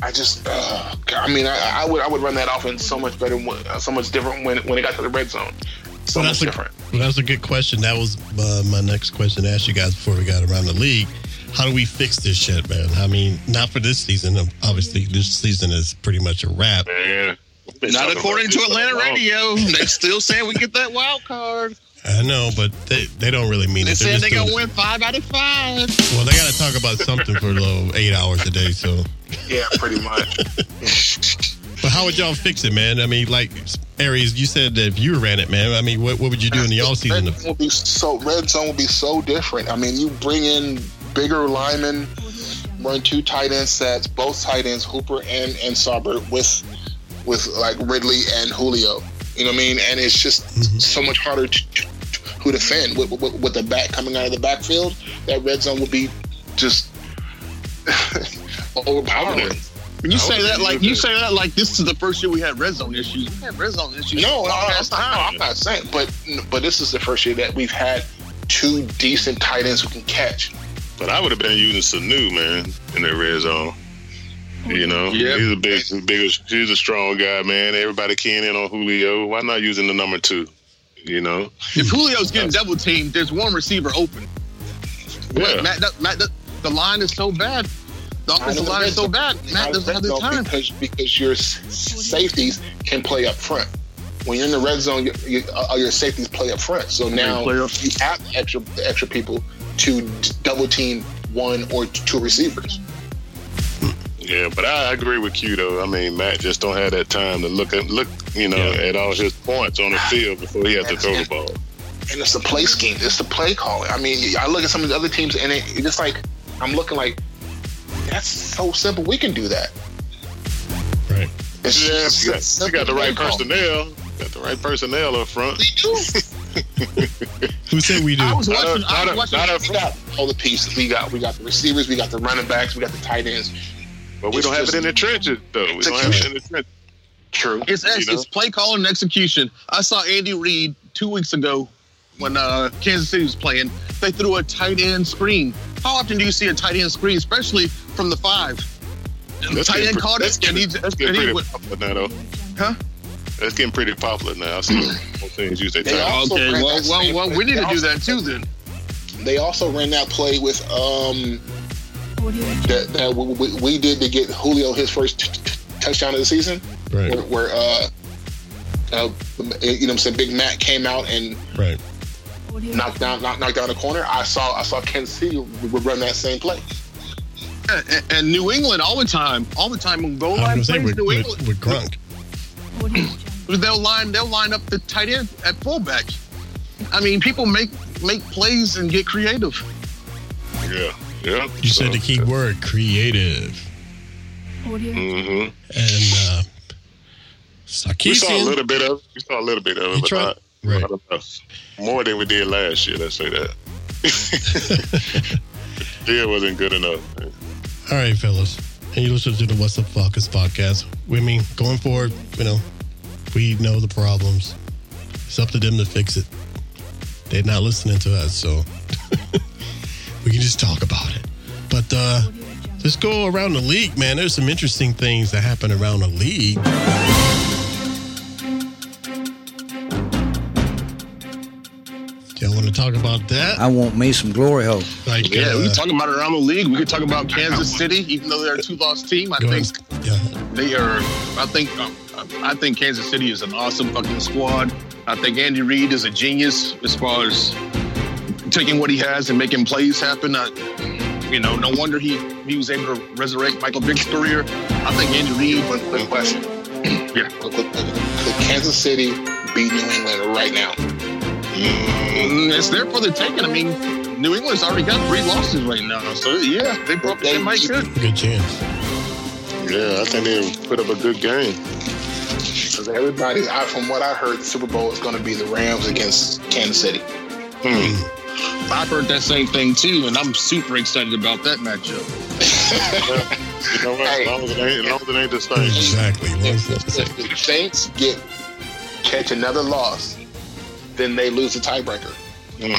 [SPEAKER 3] I just, uh, I mean, I, I would I would run that offense so much better, when- uh, so much different when when it got to the red zone. So
[SPEAKER 4] Well,
[SPEAKER 3] much
[SPEAKER 4] that's a-
[SPEAKER 3] different.
[SPEAKER 4] Well, that's a good question. That was uh, my next question to ask you guys before we got around the league. How do we fix this shit, man? I mean, not for this season. Obviously, this season is pretty much a wrap.
[SPEAKER 2] Man. We've been
[SPEAKER 6] Not
[SPEAKER 2] talking
[SPEAKER 6] according
[SPEAKER 2] about
[SPEAKER 6] to
[SPEAKER 2] this for
[SPEAKER 6] Atlanta
[SPEAKER 2] long-
[SPEAKER 6] radio. They still saying we get that wild card.
[SPEAKER 4] I know, but they, they don't really mean
[SPEAKER 6] They
[SPEAKER 4] it. They're
[SPEAKER 6] said
[SPEAKER 4] just
[SPEAKER 6] they gonna
[SPEAKER 4] doing
[SPEAKER 6] win five out of five.
[SPEAKER 4] it. Well, they got to talk about something for low eight hours a day. So,
[SPEAKER 3] Yeah, pretty much.
[SPEAKER 4] but how would y'all fix it, man? I mean, like Aries, you said that if you ran it, man. I mean, what, what would you do in the off season?
[SPEAKER 3] Red zone will be so red zone will be so different. I mean, you bring in bigger linemen, run two tight end sets, both tight ends, Hooper and and Saubert with with like Ridley and Julio. You know what I mean? And it's just so much harder to, to, to defend with, with, with the back coming out of the backfield. That red zone will be just [LAUGHS] overpowering.
[SPEAKER 1] When you say
[SPEAKER 2] would
[SPEAKER 1] that
[SPEAKER 2] be
[SPEAKER 1] like
[SPEAKER 2] okay.
[SPEAKER 1] you say that like this is the first year we had red zone issues. We had red zone issues.
[SPEAKER 3] No, no,
[SPEAKER 1] all
[SPEAKER 3] no,
[SPEAKER 1] past
[SPEAKER 3] that's not, no, I'm not saying. But but this is the first year that we've had two decent tight ends who can catch.
[SPEAKER 2] But I would have been using Sanu, man, in the red zone. You know,
[SPEAKER 1] Yeah.
[SPEAKER 2] he's a big, big, he's a strong guy, man. Everybody keying in on Julio. Why not using the number two? You know,
[SPEAKER 1] If Julio's getting double teamed, there's one receiver open. What
[SPEAKER 2] Yeah.
[SPEAKER 1] Matt, that, Matt that, the line is so bad. The
[SPEAKER 3] in
[SPEAKER 1] offensive
[SPEAKER 3] the
[SPEAKER 1] line
[SPEAKER 3] red
[SPEAKER 1] is so
[SPEAKER 3] zone.
[SPEAKER 1] bad. Matt
[SPEAKER 3] Not
[SPEAKER 1] doesn't
[SPEAKER 3] red
[SPEAKER 1] have the
[SPEAKER 3] zone
[SPEAKER 1] time.
[SPEAKER 3] because because your s- safeties can play up front. When you're in the red zone, your, your, uh, your safeties play up front. So now
[SPEAKER 1] play
[SPEAKER 3] you
[SPEAKER 1] up-
[SPEAKER 3] have extra extra people to d- double team one or t- two receivers.
[SPEAKER 2] yeah. But I agree with Q though. I mean, Matt just don't have that time to look at look, you know,
[SPEAKER 4] Yeah.
[SPEAKER 2] at all his points on the field before he has to throw the ball.
[SPEAKER 3] and it's the play scheme, it's the play calling. I mean, I look at some of the other teams, and it, it's just like I'm looking like that's so simple. We can do that.
[SPEAKER 4] Right.
[SPEAKER 3] It's
[SPEAKER 2] Yeah,
[SPEAKER 3] just
[SPEAKER 2] you got,
[SPEAKER 3] simple
[SPEAKER 2] you got the
[SPEAKER 3] play
[SPEAKER 2] right
[SPEAKER 3] call.
[SPEAKER 2] personnel. Got the right personnel up front.
[SPEAKER 3] We do.
[SPEAKER 4] Who said we do?
[SPEAKER 1] I was watching.
[SPEAKER 2] Not up-
[SPEAKER 1] I
[SPEAKER 2] not up-
[SPEAKER 1] was
[SPEAKER 2] not
[SPEAKER 1] watching.
[SPEAKER 2] up
[SPEAKER 3] We got all the pieces. We got we got the receivers. We got the running backs. We got the tight ends.
[SPEAKER 2] But we
[SPEAKER 3] It's
[SPEAKER 2] don't have it
[SPEAKER 3] just-
[SPEAKER 2] in the trenches, though. We don't have it in the trenches.
[SPEAKER 3] True.
[SPEAKER 1] It's
[SPEAKER 2] you know?
[SPEAKER 1] it's play calling and execution. I saw Andy Reid two weeks ago when uh, Kansas City was playing. They threw a tight end screen. How often do you see a tight end screen, especially from the five? And the
[SPEAKER 2] That's
[SPEAKER 1] tight
[SPEAKER 2] getting
[SPEAKER 1] end
[SPEAKER 2] pre-
[SPEAKER 1] caught
[SPEAKER 2] that's
[SPEAKER 1] it, and
[SPEAKER 2] getting-
[SPEAKER 1] he,
[SPEAKER 2] that's
[SPEAKER 1] and
[SPEAKER 2] getting
[SPEAKER 1] he
[SPEAKER 2] pretty
[SPEAKER 1] went,
[SPEAKER 2] popular now, though.
[SPEAKER 1] Huh? Mm.
[SPEAKER 2] That's getting pretty popular now. I see more things use their
[SPEAKER 3] They
[SPEAKER 2] time.
[SPEAKER 3] are- also
[SPEAKER 1] okay,
[SPEAKER 3] ran
[SPEAKER 1] well,
[SPEAKER 3] that
[SPEAKER 1] well,
[SPEAKER 3] same
[SPEAKER 1] well,
[SPEAKER 3] play.
[SPEAKER 1] we need
[SPEAKER 3] They
[SPEAKER 1] to do
[SPEAKER 3] also-
[SPEAKER 1] that too then.
[SPEAKER 3] They also ran that play with um that that we, we- we did to get Julio his first t- t- touchdown of the season,
[SPEAKER 4] Right.
[SPEAKER 3] where, where uh, uh, you know what I'm saying Big Matt came out and
[SPEAKER 4] Right.
[SPEAKER 3] knocked down knocked, knocked down the corner. I saw I saw Kansas City would run that same play.
[SPEAKER 1] And, and New England all the time, all the time on goal
[SPEAKER 4] I
[SPEAKER 1] line
[SPEAKER 4] was gonna say
[SPEAKER 1] plays,
[SPEAKER 4] with,
[SPEAKER 1] New
[SPEAKER 4] with,
[SPEAKER 1] England.
[SPEAKER 4] with Gronk.
[SPEAKER 1] They'll line they'll line up the tight end at fullback. I mean, people make make plays and get creative.
[SPEAKER 2] Yeah, yeah.
[SPEAKER 4] You said the key word creative.
[SPEAKER 2] Mm-hmm.
[SPEAKER 4] and uh,
[SPEAKER 2] We saw a
[SPEAKER 4] Sarkisian.
[SPEAKER 2] little bit of. We saw a little bit of
[SPEAKER 4] He
[SPEAKER 2] it, but
[SPEAKER 4] tried-
[SPEAKER 2] not,
[SPEAKER 4] right.
[SPEAKER 2] not enough. More than we did last year. Let's say that.
[SPEAKER 4] [LAUGHS]
[SPEAKER 2] Deal wasn't good enough.
[SPEAKER 4] All right, fellas, and you listen to the What's Up Falcons podcast. We mean going forward, you know, we know the problems. It's up to them to fix it. They're not listening to us, so [LAUGHS] we can just talk about it. But uh, let's go around the league, man. There's some interesting things that happen around the league. Y'all want to talk about that?
[SPEAKER 9] I want me some glory hole.
[SPEAKER 4] Like,
[SPEAKER 1] Yeah, we
[SPEAKER 4] uh,
[SPEAKER 1] can talk about it around the league. We could talk about Kansas City, even though they're a two-loss team. I
[SPEAKER 4] go
[SPEAKER 1] think
[SPEAKER 4] ahead. Yeah.
[SPEAKER 1] they are. I think I think Kansas City is an awesome fucking squad. I think Andy Reid is a genius as far as taking what he has and making plays happen. I, you know, no wonder he he was able to resurrect Michael Vick's career. I think Andy Reid.
[SPEAKER 3] One quick question:
[SPEAKER 6] Yeah.
[SPEAKER 3] Look, look, look, look, Kansas City beat New England right now.
[SPEAKER 1] Mm, it's there for the taking. I mean, New England's already got three losses right now, so yeah, they probably they might could.
[SPEAKER 4] Good chance.
[SPEAKER 2] Yeah, I think they put up a good game.
[SPEAKER 3] Because everybody, I, from what I heard, the Super Bowl is going to be the Rams against Kansas City.
[SPEAKER 1] I've heard that same thing too, and I'm super excited about that matchup.
[SPEAKER 2] You know what? As long as it ain't, as long as it ain't the Saints.
[SPEAKER 4] Exactly.
[SPEAKER 3] If, if the Saints get catch another loss, then they lose the tiebreaker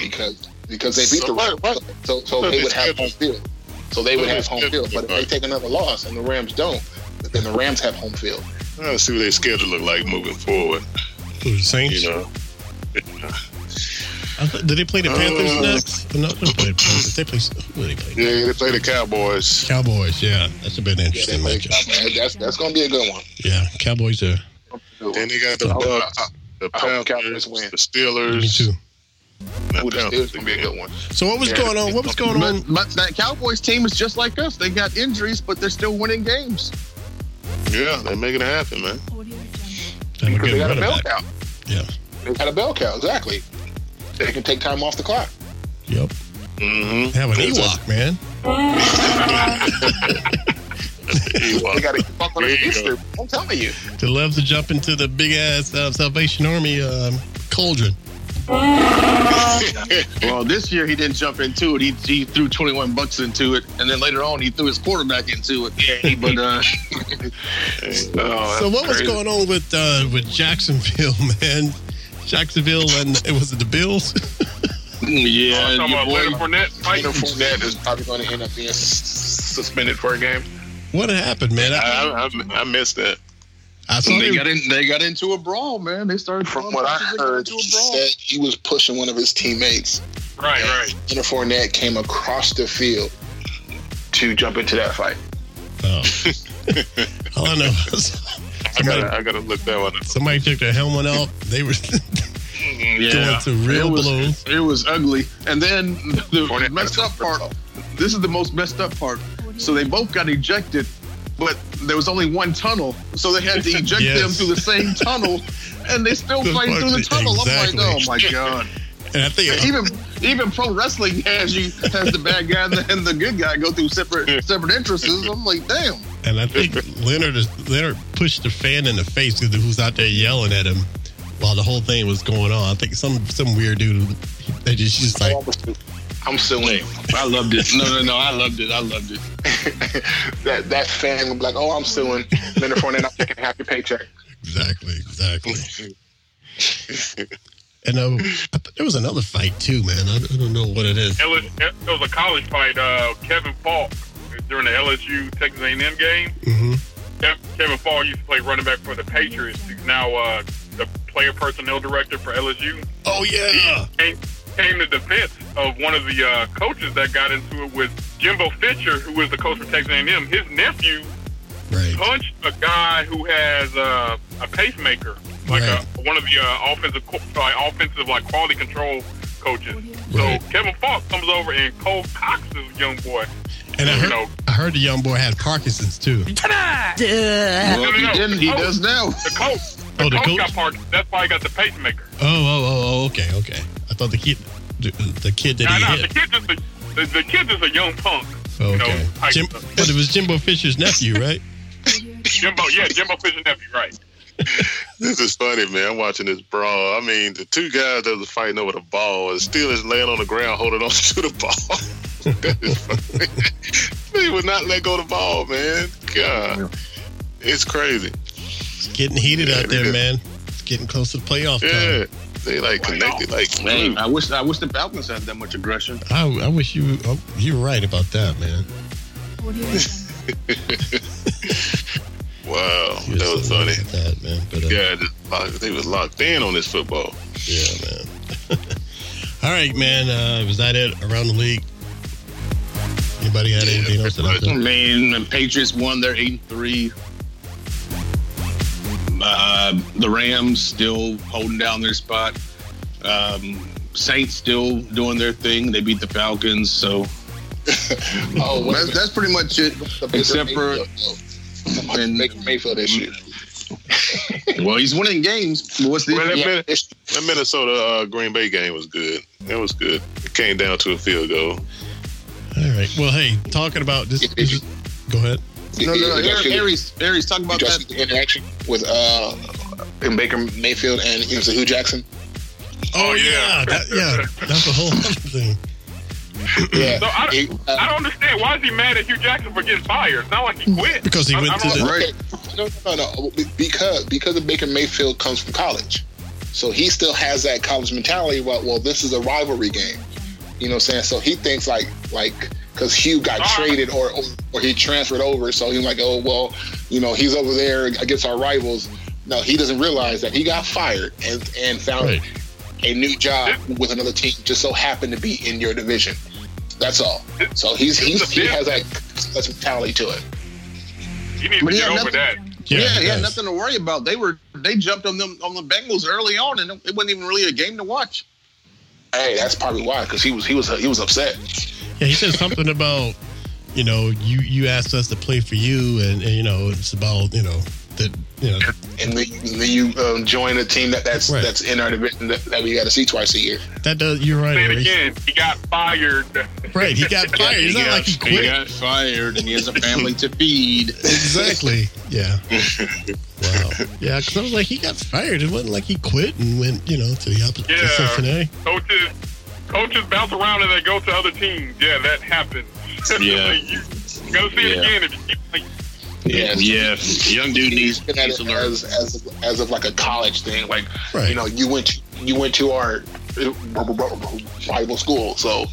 [SPEAKER 3] because because they beat
[SPEAKER 2] So
[SPEAKER 3] the Rams.
[SPEAKER 2] what- what-
[SPEAKER 3] So so
[SPEAKER 2] so
[SPEAKER 3] they
[SPEAKER 2] they
[SPEAKER 3] would have
[SPEAKER 2] schedule-
[SPEAKER 3] home field. So they would
[SPEAKER 2] so they
[SPEAKER 3] have home
[SPEAKER 2] schedule
[SPEAKER 3] field. But if they
[SPEAKER 2] right.
[SPEAKER 3] take another loss and the Rams don't, then the Rams have home field.
[SPEAKER 2] Let's see what their schedule look like moving forward.
[SPEAKER 4] Who, the Saints?
[SPEAKER 2] You know,
[SPEAKER 4] I thought- did they play the Panthers
[SPEAKER 2] Uh,
[SPEAKER 4] next? No, they played Panthers. They play. Who did they play?
[SPEAKER 2] yeah, they play the Cowboys.
[SPEAKER 4] Cowboys. Yeah, that's a bit interesting
[SPEAKER 3] Like,
[SPEAKER 4] matchup.
[SPEAKER 3] man, that's that's going to be a good one.
[SPEAKER 4] Yeah, Cowboys are.
[SPEAKER 2] Then they got the
[SPEAKER 3] hope-
[SPEAKER 2] Bucks,
[SPEAKER 3] I-
[SPEAKER 2] the
[SPEAKER 3] I hope
[SPEAKER 2] Panthers,
[SPEAKER 3] Cowboys win.
[SPEAKER 2] the Steelers.
[SPEAKER 4] Me too.
[SPEAKER 2] and
[SPEAKER 3] Ooh,
[SPEAKER 2] the
[SPEAKER 3] the Steelers
[SPEAKER 2] Panthers
[SPEAKER 3] going to be a
[SPEAKER 2] again.
[SPEAKER 3] good one.
[SPEAKER 4] So what was going on? What was going on?
[SPEAKER 1] But, but that Cowboys team is just like us. They got injuries, but they're still winning games.
[SPEAKER 2] Yeah, they're making it happen, man.
[SPEAKER 4] They have a
[SPEAKER 3] They
[SPEAKER 4] good
[SPEAKER 3] got a
[SPEAKER 4] running
[SPEAKER 3] bell
[SPEAKER 4] back.
[SPEAKER 3] cow.
[SPEAKER 4] Yeah.
[SPEAKER 3] They got a bell cow. Exactly. They can take time off the clock.
[SPEAKER 4] Yep.
[SPEAKER 2] [LAUGHS] Mm-hmm.
[SPEAKER 4] They have an Ewok, man.
[SPEAKER 3] They got to keep up on
[SPEAKER 2] There
[SPEAKER 3] the
[SPEAKER 2] you
[SPEAKER 3] history. I'm telling you.
[SPEAKER 4] They love to jump into the big ass uh, Salvation Army um, cauldron.
[SPEAKER 1] Well, this year he didn't jump into it. He, he threw 21 bucks into it, and then later on he threw his quarterback into it. uh, oh, Yeah, but uh,
[SPEAKER 3] [LAUGHS]
[SPEAKER 4] so what was going on with uh, with Jacksonville, [LAUGHS] man? Jacksonville and it was it the Bills. [LAUGHS]
[SPEAKER 1] yeah,
[SPEAKER 8] I'm talking
[SPEAKER 1] your
[SPEAKER 8] about
[SPEAKER 1] boy,
[SPEAKER 8] Leonard Fournette. Mike,
[SPEAKER 3] Peter Fournette is probably going to end up being s- suspended for a game.
[SPEAKER 4] what happened, man? I,
[SPEAKER 2] I, I, I missed that.
[SPEAKER 4] I saw
[SPEAKER 1] they
[SPEAKER 4] they,
[SPEAKER 1] got in. They got into a brawl, man. They started
[SPEAKER 3] From what I heard, he said he was pushing one of his teammates.
[SPEAKER 8] right, right.
[SPEAKER 3] Peter Fournette came across the field to jump into that fight.
[SPEAKER 4] Oh. All I [LAUGHS] know is
[SPEAKER 2] I
[SPEAKER 4] somebody,
[SPEAKER 2] gotta, I gotta look that one up.
[SPEAKER 4] somebody took their helmet off. They were [LAUGHS] going to real
[SPEAKER 1] it was,
[SPEAKER 4] blows.
[SPEAKER 1] It was ugly. And then the
[SPEAKER 2] Fournette-
[SPEAKER 1] messed up part. This is the most messed up part. So they both got ejected, but there was only one tunnel, so they
[SPEAKER 4] [LAUGHS]
[SPEAKER 1] had to eject
[SPEAKER 4] Yes.
[SPEAKER 1] them through the same tunnel, and they still
[SPEAKER 4] The
[SPEAKER 1] played through the
[SPEAKER 4] fucking-
[SPEAKER 1] tunnel. I'm like,
[SPEAKER 4] exactly.
[SPEAKER 1] oh my [LAUGHS] god!
[SPEAKER 4] And I think
[SPEAKER 1] Even even pro wrestling has you has the bad guy and the, and the good guy go through separate separate entrances. I'm like, damn.
[SPEAKER 4] and I think Leonard is, Leonard pushed the fan in the face because who's out there yelling at him while the whole thing was going on. I think some some weird dude. They just just like
[SPEAKER 3] I'm still in.
[SPEAKER 1] I loved it. No, no, no. I loved it. I loved it.
[SPEAKER 3] [LAUGHS] that that fan will be like, oh, I'm suing. Leonard Fournette, I'm taking a happy paycheck.
[SPEAKER 4] exactly exactly. And uh, I th- there was another fight too, man. I, I don't know what it is.
[SPEAKER 8] L- it was a college fight. Uh, Kevin Falk during the LSU Texas A&M game.
[SPEAKER 4] hmm
[SPEAKER 8] Kev- Kevin Falk used to play running back for the Patriots. He's now uh, the player personnel director for LSU.
[SPEAKER 4] Oh yeah,
[SPEAKER 8] Came, came to defense of one of the uh, coaches that got into it with Jimbo Fisher, who was the coach for Texas A&M. His nephew
[SPEAKER 4] right.
[SPEAKER 8] punched a guy who has uh, a pacemaker, like
[SPEAKER 4] Right.
[SPEAKER 8] a, one of the uh, offensive, co- like offensive, like quality control coaches.
[SPEAKER 4] Right.
[SPEAKER 8] So Kevin Falk comes over and Cole Cox's young boy.
[SPEAKER 4] And I
[SPEAKER 8] you
[SPEAKER 4] heard,
[SPEAKER 8] know,
[SPEAKER 4] I heard the young boy had Parkinson's too.
[SPEAKER 1] Well, if
[SPEAKER 8] No, no,
[SPEAKER 1] he
[SPEAKER 8] no.
[SPEAKER 1] didn't, he
[SPEAKER 8] Oh.
[SPEAKER 1] does now.
[SPEAKER 8] the coach, the,
[SPEAKER 4] Oh, the
[SPEAKER 8] coach,
[SPEAKER 4] coach?
[SPEAKER 8] got parked. That's why he got the pacemaker.
[SPEAKER 4] Oh oh oh, oh okay okay. I thought the kid the, the kid that
[SPEAKER 8] Nah,
[SPEAKER 4] he
[SPEAKER 8] nah, the
[SPEAKER 4] hit.
[SPEAKER 8] kid just a, the, the kid is a young punk.
[SPEAKER 4] Okay.
[SPEAKER 8] You know, like,
[SPEAKER 4] Jim, but it was Jimbo Fisher's nephew, right?
[SPEAKER 8] Jimbo, yeah, Jimbo Fisher nephew, right?
[SPEAKER 2] This is funny, man. I'm watching this brawl. I mean, the two guys that was fighting over the ball and still is laying on the ground holding on [LAUGHS] to the ball. [LAUGHS] That is funny. [LAUGHS] they would not let go of the ball, man. God, it's crazy.
[SPEAKER 4] It's getting heated out there,
[SPEAKER 2] Yeah.
[SPEAKER 4] man. It's getting close to the playoff time.
[SPEAKER 2] Yeah, they like connected like
[SPEAKER 1] [LAUGHS] Hey, I wish I wish the Falcons had that much aggression.
[SPEAKER 4] I, I wish you oh, you were right about that, man.
[SPEAKER 2] wow.
[SPEAKER 4] You were
[SPEAKER 2] That was
[SPEAKER 4] so right
[SPEAKER 2] funny.
[SPEAKER 4] about that, man. But, uh,
[SPEAKER 2] Yeah, just locked- they was locked in on this football.
[SPEAKER 4] yeah, man. [LAUGHS] All right, man. Uh, was that it around the league? Anybody had anything else? That I
[SPEAKER 1] I
[SPEAKER 4] said?
[SPEAKER 1] mean, the Patriots won. They're eight and three. Uh, the Rams still holding down their spot. Um, Saints still doing their thing. They beat the Falcons,
[SPEAKER 2] [LAUGHS]
[SPEAKER 1] so
[SPEAKER 3] Oh,
[SPEAKER 1] that's,
[SPEAKER 3] what's
[SPEAKER 1] that's pretty much it.
[SPEAKER 3] the
[SPEAKER 1] except for-
[SPEAKER 3] Baker Mayfield issue?
[SPEAKER 1] well, he's winning games. But what's the
[SPEAKER 10] Well, that,
[SPEAKER 1] yeah.
[SPEAKER 10] Min- that Minnesota uh, Green Bay game was good. That was good. It came down to a field goal.
[SPEAKER 4] All right. Well, hey, talking about this. this is- go ahead.
[SPEAKER 1] No, no, no.
[SPEAKER 2] Yeah,
[SPEAKER 1] Aries,
[SPEAKER 2] that's good.
[SPEAKER 1] Aries, Aries, talk about
[SPEAKER 2] Did y'all see
[SPEAKER 1] that.
[SPEAKER 2] the interaction with uh, and Baker Mayfield and you know, Hugh Jackson.
[SPEAKER 4] Oh,
[SPEAKER 8] yeah.
[SPEAKER 4] that, yeah. That's a whole [LAUGHS] other thing.
[SPEAKER 2] Yeah,
[SPEAKER 8] So I-
[SPEAKER 2] He- uh,
[SPEAKER 8] I don't understand. Why is he mad at Hugh Jackson for getting fired? It's not like he quit.
[SPEAKER 4] Because he
[SPEAKER 8] I-
[SPEAKER 4] went
[SPEAKER 8] I
[SPEAKER 4] to
[SPEAKER 8] don't-
[SPEAKER 4] the-
[SPEAKER 1] Right.
[SPEAKER 2] no, no, no, no, because because of Baker Mayfield comes from college, so he still has that college mentality. Well, well, this is a rivalry game, you know. what I'm saying so he thinks like like because Hugh got
[SPEAKER 8] Ah.
[SPEAKER 2] traded or or he transferred over, so he's like, oh well, you know, he's over there against our rivals. No, he doesn't realize that he got fired and and found
[SPEAKER 4] Right.
[SPEAKER 2] a new job with another team. Just so happened to be in your division. That's all. So he's, he's he has that that's mentality to it.
[SPEAKER 8] He needs
[SPEAKER 1] But
[SPEAKER 8] to
[SPEAKER 1] he
[SPEAKER 8] get
[SPEAKER 1] had
[SPEAKER 8] over that.
[SPEAKER 1] Yeah, yeah,
[SPEAKER 4] he does.
[SPEAKER 1] nothing to worry about. They were they jumped on them on the Bengals early on, and it wasn't even really a game to watch.
[SPEAKER 2] Hey, that's probably why, because he was he was he was upset.
[SPEAKER 4] Yeah, he said something about you know you you asked us to play for you, and, and you know it's about you know that you know
[SPEAKER 2] and then, then you um, join a team that that's
[SPEAKER 4] Right.
[SPEAKER 2] that's in our division that, that we got to see twice a year.
[SPEAKER 4] that does. You're right.
[SPEAKER 8] Say it
[SPEAKER 4] Aries.
[SPEAKER 8] again. He got fired.
[SPEAKER 4] Right, he
[SPEAKER 8] [LAUGHS]
[SPEAKER 4] got fired. It's not like he
[SPEAKER 1] He
[SPEAKER 4] quit.
[SPEAKER 1] got fired, and he has a family to feed.
[SPEAKER 4] Exactly. Yeah. Wow. Yeah, because I was like, he got fired. It wasn't like he quit and went, you know, to the opposite to
[SPEAKER 8] Yeah.
[SPEAKER 4] Cincinnati.
[SPEAKER 8] Coaches, coaches bounce around and they go to other teams. Yeah, that happens. [LAUGHS]
[SPEAKER 11] Yeah.
[SPEAKER 8] you you gotta see it
[SPEAKER 11] Yeah.
[SPEAKER 8] again if you keep playing.
[SPEAKER 2] Yeah,
[SPEAKER 11] Yeah, young dude needs,
[SPEAKER 2] looking at
[SPEAKER 11] needs
[SPEAKER 2] it
[SPEAKER 11] to learn.
[SPEAKER 2] as, as as of like a college thing. Like
[SPEAKER 4] Right.
[SPEAKER 2] you know, you went to, you went to our uh, Bible school, so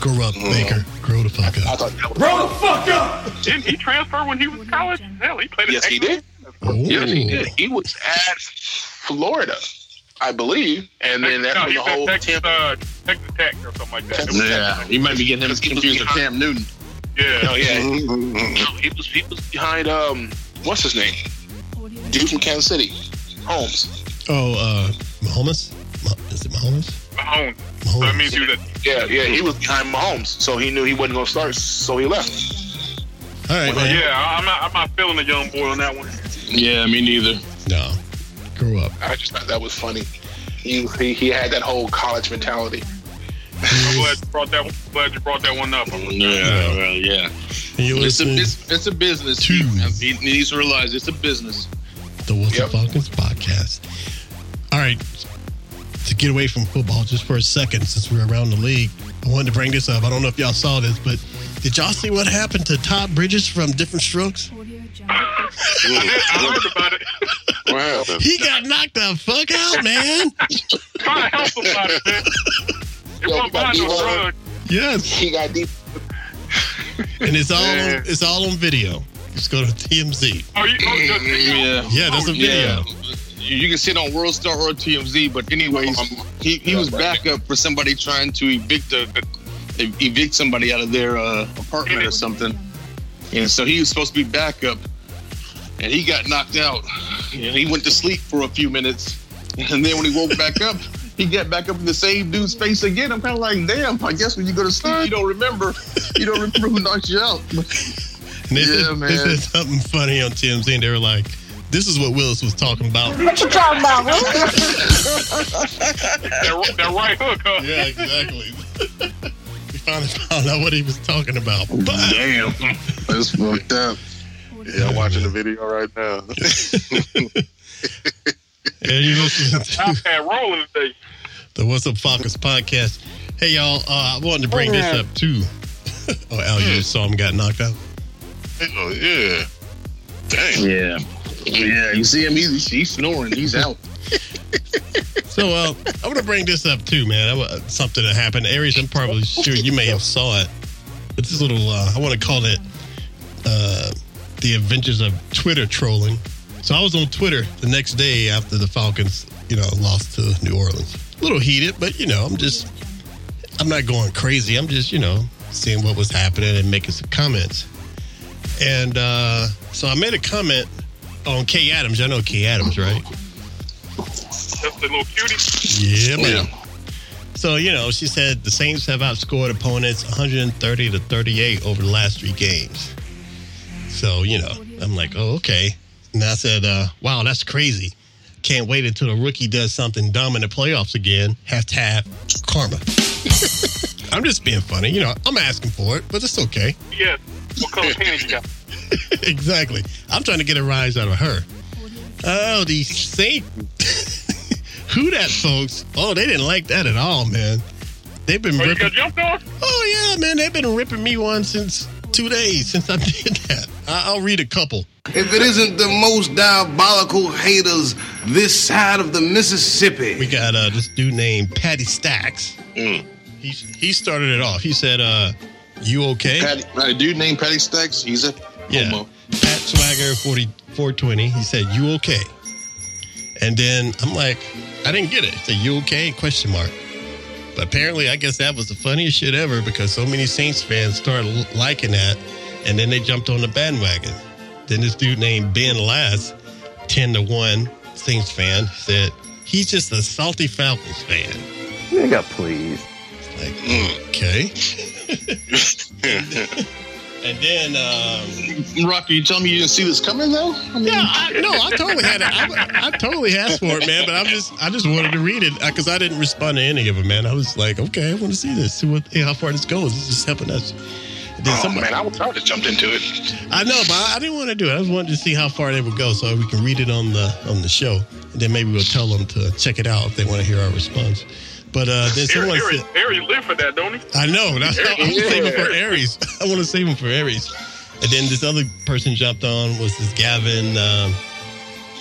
[SPEAKER 4] Grow up, Baker. Grow the fuck
[SPEAKER 2] I
[SPEAKER 4] [LAUGHS] up.
[SPEAKER 2] thought that was
[SPEAKER 8] Didn't he transfer when he was in college? Hell, he played. at
[SPEAKER 2] Yes, he
[SPEAKER 8] Texas.
[SPEAKER 4] Oh.
[SPEAKER 2] yes, he did. He was at Florida, I believe, and then that's
[SPEAKER 8] no,
[SPEAKER 2] when
[SPEAKER 8] he
[SPEAKER 2] the
[SPEAKER 8] was at
[SPEAKER 2] whole
[SPEAKER 8] Texas,
[SPEAKER 2] Tampa.
[SPEAKER 8] uh, Texas Tech or something like that.
[SPEAKER 2] Texas-
[SPEAKER 1] Yeah, you might be getting him confused with Cam Newton.
[SPEAKER 8] Yeah.
[SPEAKER 2] No, Oh, yeah,
[SPEAKER 10] Mhm.
[SPEAKER 2] no, he was he was behind um what's his name, dude from Kansas City, Holmes.
[SPEAKER 4] Oh, uh, Mahomes? Ma- Is it Mahomes?
[SPEAKER 8] Mahomes. So
[SPEAKER 4] Mahomes.
[SPEAKER 8] that means he was at
[SPEAKER 2] Yeah, yeah, he was behind Mahomes, so he knew he wasn't gonna start, so he left.
[SPEAKER 4] All right, man.
[SPEAKER 8] Oh, Yeah, I'm not, I'm not feeling the young boy on that one.
[SPEAKER 11] Yeah, me neither.
[SPEAKER 4] No. Grow up.
[SPEAKER 2] I just thought that was funny. He, he, he had that whole college mentality.
[SPEAKER 8] I'm glad you brought that. Glad you brought that one up.
[SPEAKER 11] Yeah, well, yeah.
[SPEAKER 4] And you're
[SPEAKER 11] It's a,
[SPEAKER 4] listening
[SPEAKER 11] it's, it's a business.
[SPEAKER 4] Two.
[SPEAKER 11] He needs to realize it's a business.
[SPEAKER 4] the What's
[SPEAKER 2] Yep.
[SPEAKER 4] Up Falcons podcast. All right, to get away from football just for a second, since we're around the league, I wanted to bring this up. I don't know if y'all saw this, but did y'all see what happened to Todd Bridges from Different Strokes?
[SPEAKER 8] I heard about it.
[SPEAKER 10] What
[SPEAKER 2] [LAUGHS]
[SPEAKER 10] happened?
[SPEAKER 4] He got knocked the fuck out, man.
[SPEAKER 8] Trying to help somebody. man. It
[SPEAKER 2] Yo,
[SPEAKER 8] wasn't
[SPEAKER 2] we got
[SPEAKER 8] behind no
[SPEAKER 2] D-Hop.
[SPEAKER 8] drug.
[SPEAKER 4] Yes,
[SPEAKER 2] He got deep.
[SPEAKER 4] and it's all
[SPEAKER 8] Yeah.
[SPEAKER 4] on, it's all on video. Just go to TMZ.
[SPEAKER 8] Oh, you, oh, just,
[SPEAKER 10] Yeah.
[SPEAKER 4] Yeah, there's
[SPEAKER 1] Oh,
[SPEAKER 4] a video.
[SPEAKER 1] You you can sit on World Star or TMZ, but anyways,
[SPEAKER 11] Um,
[SPEAKER 1] he, he was backup for somebody trying to evict a, evict somebody out of their uh, apartment or something, and so he was supposed to be backup, and he got knocked out, and he went to sleep for a few minutes, and then when he woke back up. He got back up in the same dude's face again. I'm kind of like, damn. I guess when you go to sleep, you don't remember. You don't remember who knocked you out.
[SPEAKER 4] And this,
[SPEAKER 1] Yeah,
[SPEAKER 4] is,
[SPEAKER 1] man.
[SPEAKER 4] this is something funny on TMZ, and they were like, "This is what Willis was talking about." yeah,
[SPEAKER 8] that, that right hook, huh?
[SPEAKER 4] exactly. [LAUGHS] we finally found out what he was talking about. But
[SPEAKER 1] Damn, that's fucked up.
[SPEAKER 10] Yeah, I'm watching the video right now.
[SPEAKER 4] and you listening to
[SPEAKER 8] I had rolling today.
[SPEAKER 4] [LAUGHS] the What's Up Falcons podcast. Hey, y'all, uh, I wanted to bring this up too. [LAUGHS] oh, Al, you just saw him got knocked out.
[SPEAKER 10] Hell, yeah. Dang.
[SPEAKER 1] Yeah. Yeah, you see him? He's, he's snoring. He's out.
[SPEAKER 4] So, uh, I want to bring this up too, man. I wa- something that happened. Aries, I'm probably sure you may have saw it. It's this little, uh, I want to call it uh, the adventures of Twitter trolling. So, I was on Twitter the next day after the Falcons, you know, lost to New Orleans. A little heated, but, you know, I'm just, I'm not going crazy. I'm just, you know, seeing what was happening and making some comments. And uh, so I made a comment on Kay Adams. I know Kay Adams, right?
[SPEAKER 8] That's the little cutie.
[SPEAKER 4] Yeah, man. So, you know, she said the Saints have outscored opponents 130 to 38 over the last three games. So, you know, I'm like, oh, okay. And I said, uh, wow, that's crazy. Can't wait until the rookie does something dumb in the playoffs again. Hashtag karma. I'm just being funny. You know, I'm asking for it, but it's okay.
[SPEAKER 8] Yes. What color panties you got?
[SPEAKER 4] exactly. I'm trying to get a rise out of her. Oh, the Saint. [LAUGHS] Who that, folks? Oh, they didn't like that at all, man. They've been
[SPEAKER 8] Oh, you
[SPEAKER 4] ripping.
[SPEAKER 8] got jumped on?
[SPEAKER 4] Oh yeah, man, they've been ripping me one since two days since I [LAUGHS] did that. I- I'll read a couple.
[SPEAKER 9] If it isn't the most diabolical haters this side of the Mississippi.
[SPEAKER 4] We got uh, this dude named Patty Stacks.
[SPEAKER 8] Mm.
[SPEAKER 4] He he started it off. He said, uh, "You okay?"
[SPEAKER 3] Patty, a dude named Patty Stacks. He's a
[SPEAKER 4] Yeah.
[SPEAKER 3] homo.
[SPEAKER 4] Pat Swagger 40, 420. He said, "You okay?" And then I'm like, "I didn't get it." He said, "You okay?" Question mark. But apparently, I guess that was the funniest shit ever because so many Saints fans started l- liking that, and then they jumped on the bandwagon. Then this dude named Ben Lass, ten to one Saints fan, said he's just a salty Falcons fan.
[SPEAKER 12] Nigga, please.
[SPEAKER 4] Like, mm, okay. [LAUGHS] and then, um,
[SPEAKER 3] Rocky, you tell me you didn't see this coming though? I mean,
[SPEAKER 4] yeah, I, no, I totally had it. I, I totally asked for it, man. But I'm just, I just wanted to read it because I didn't respond to any of it, man. I was like, okay, I want to see this. See what, hey, how far this goes. This is helping us. Then
[SPEAKER 3] Oh,
[SPEAKER 4] somebody-
[SPEAKER 3] man, I would have jumped into it.
[SPEAKER 4] I know, but I didn't want to do it. I just wanted to see how far they would go, so we can read it on the on the show, and then maybe we'll tell them to check it out if they want to hear our response. But uh, then someone
[SPEAKER 8] Harry, Harry,
[SPEAKER 4] said,
[SPEAKER 8] Harry lived for that, don't he?
[SPEAKER 4] I know. That's how, I'm
[SPEAKER 8] Yeah.
[SPEAKER 4] saving for Aries. [LAUGHS] I want to save him for Aries. And then this other person jumped on was this Gavin um,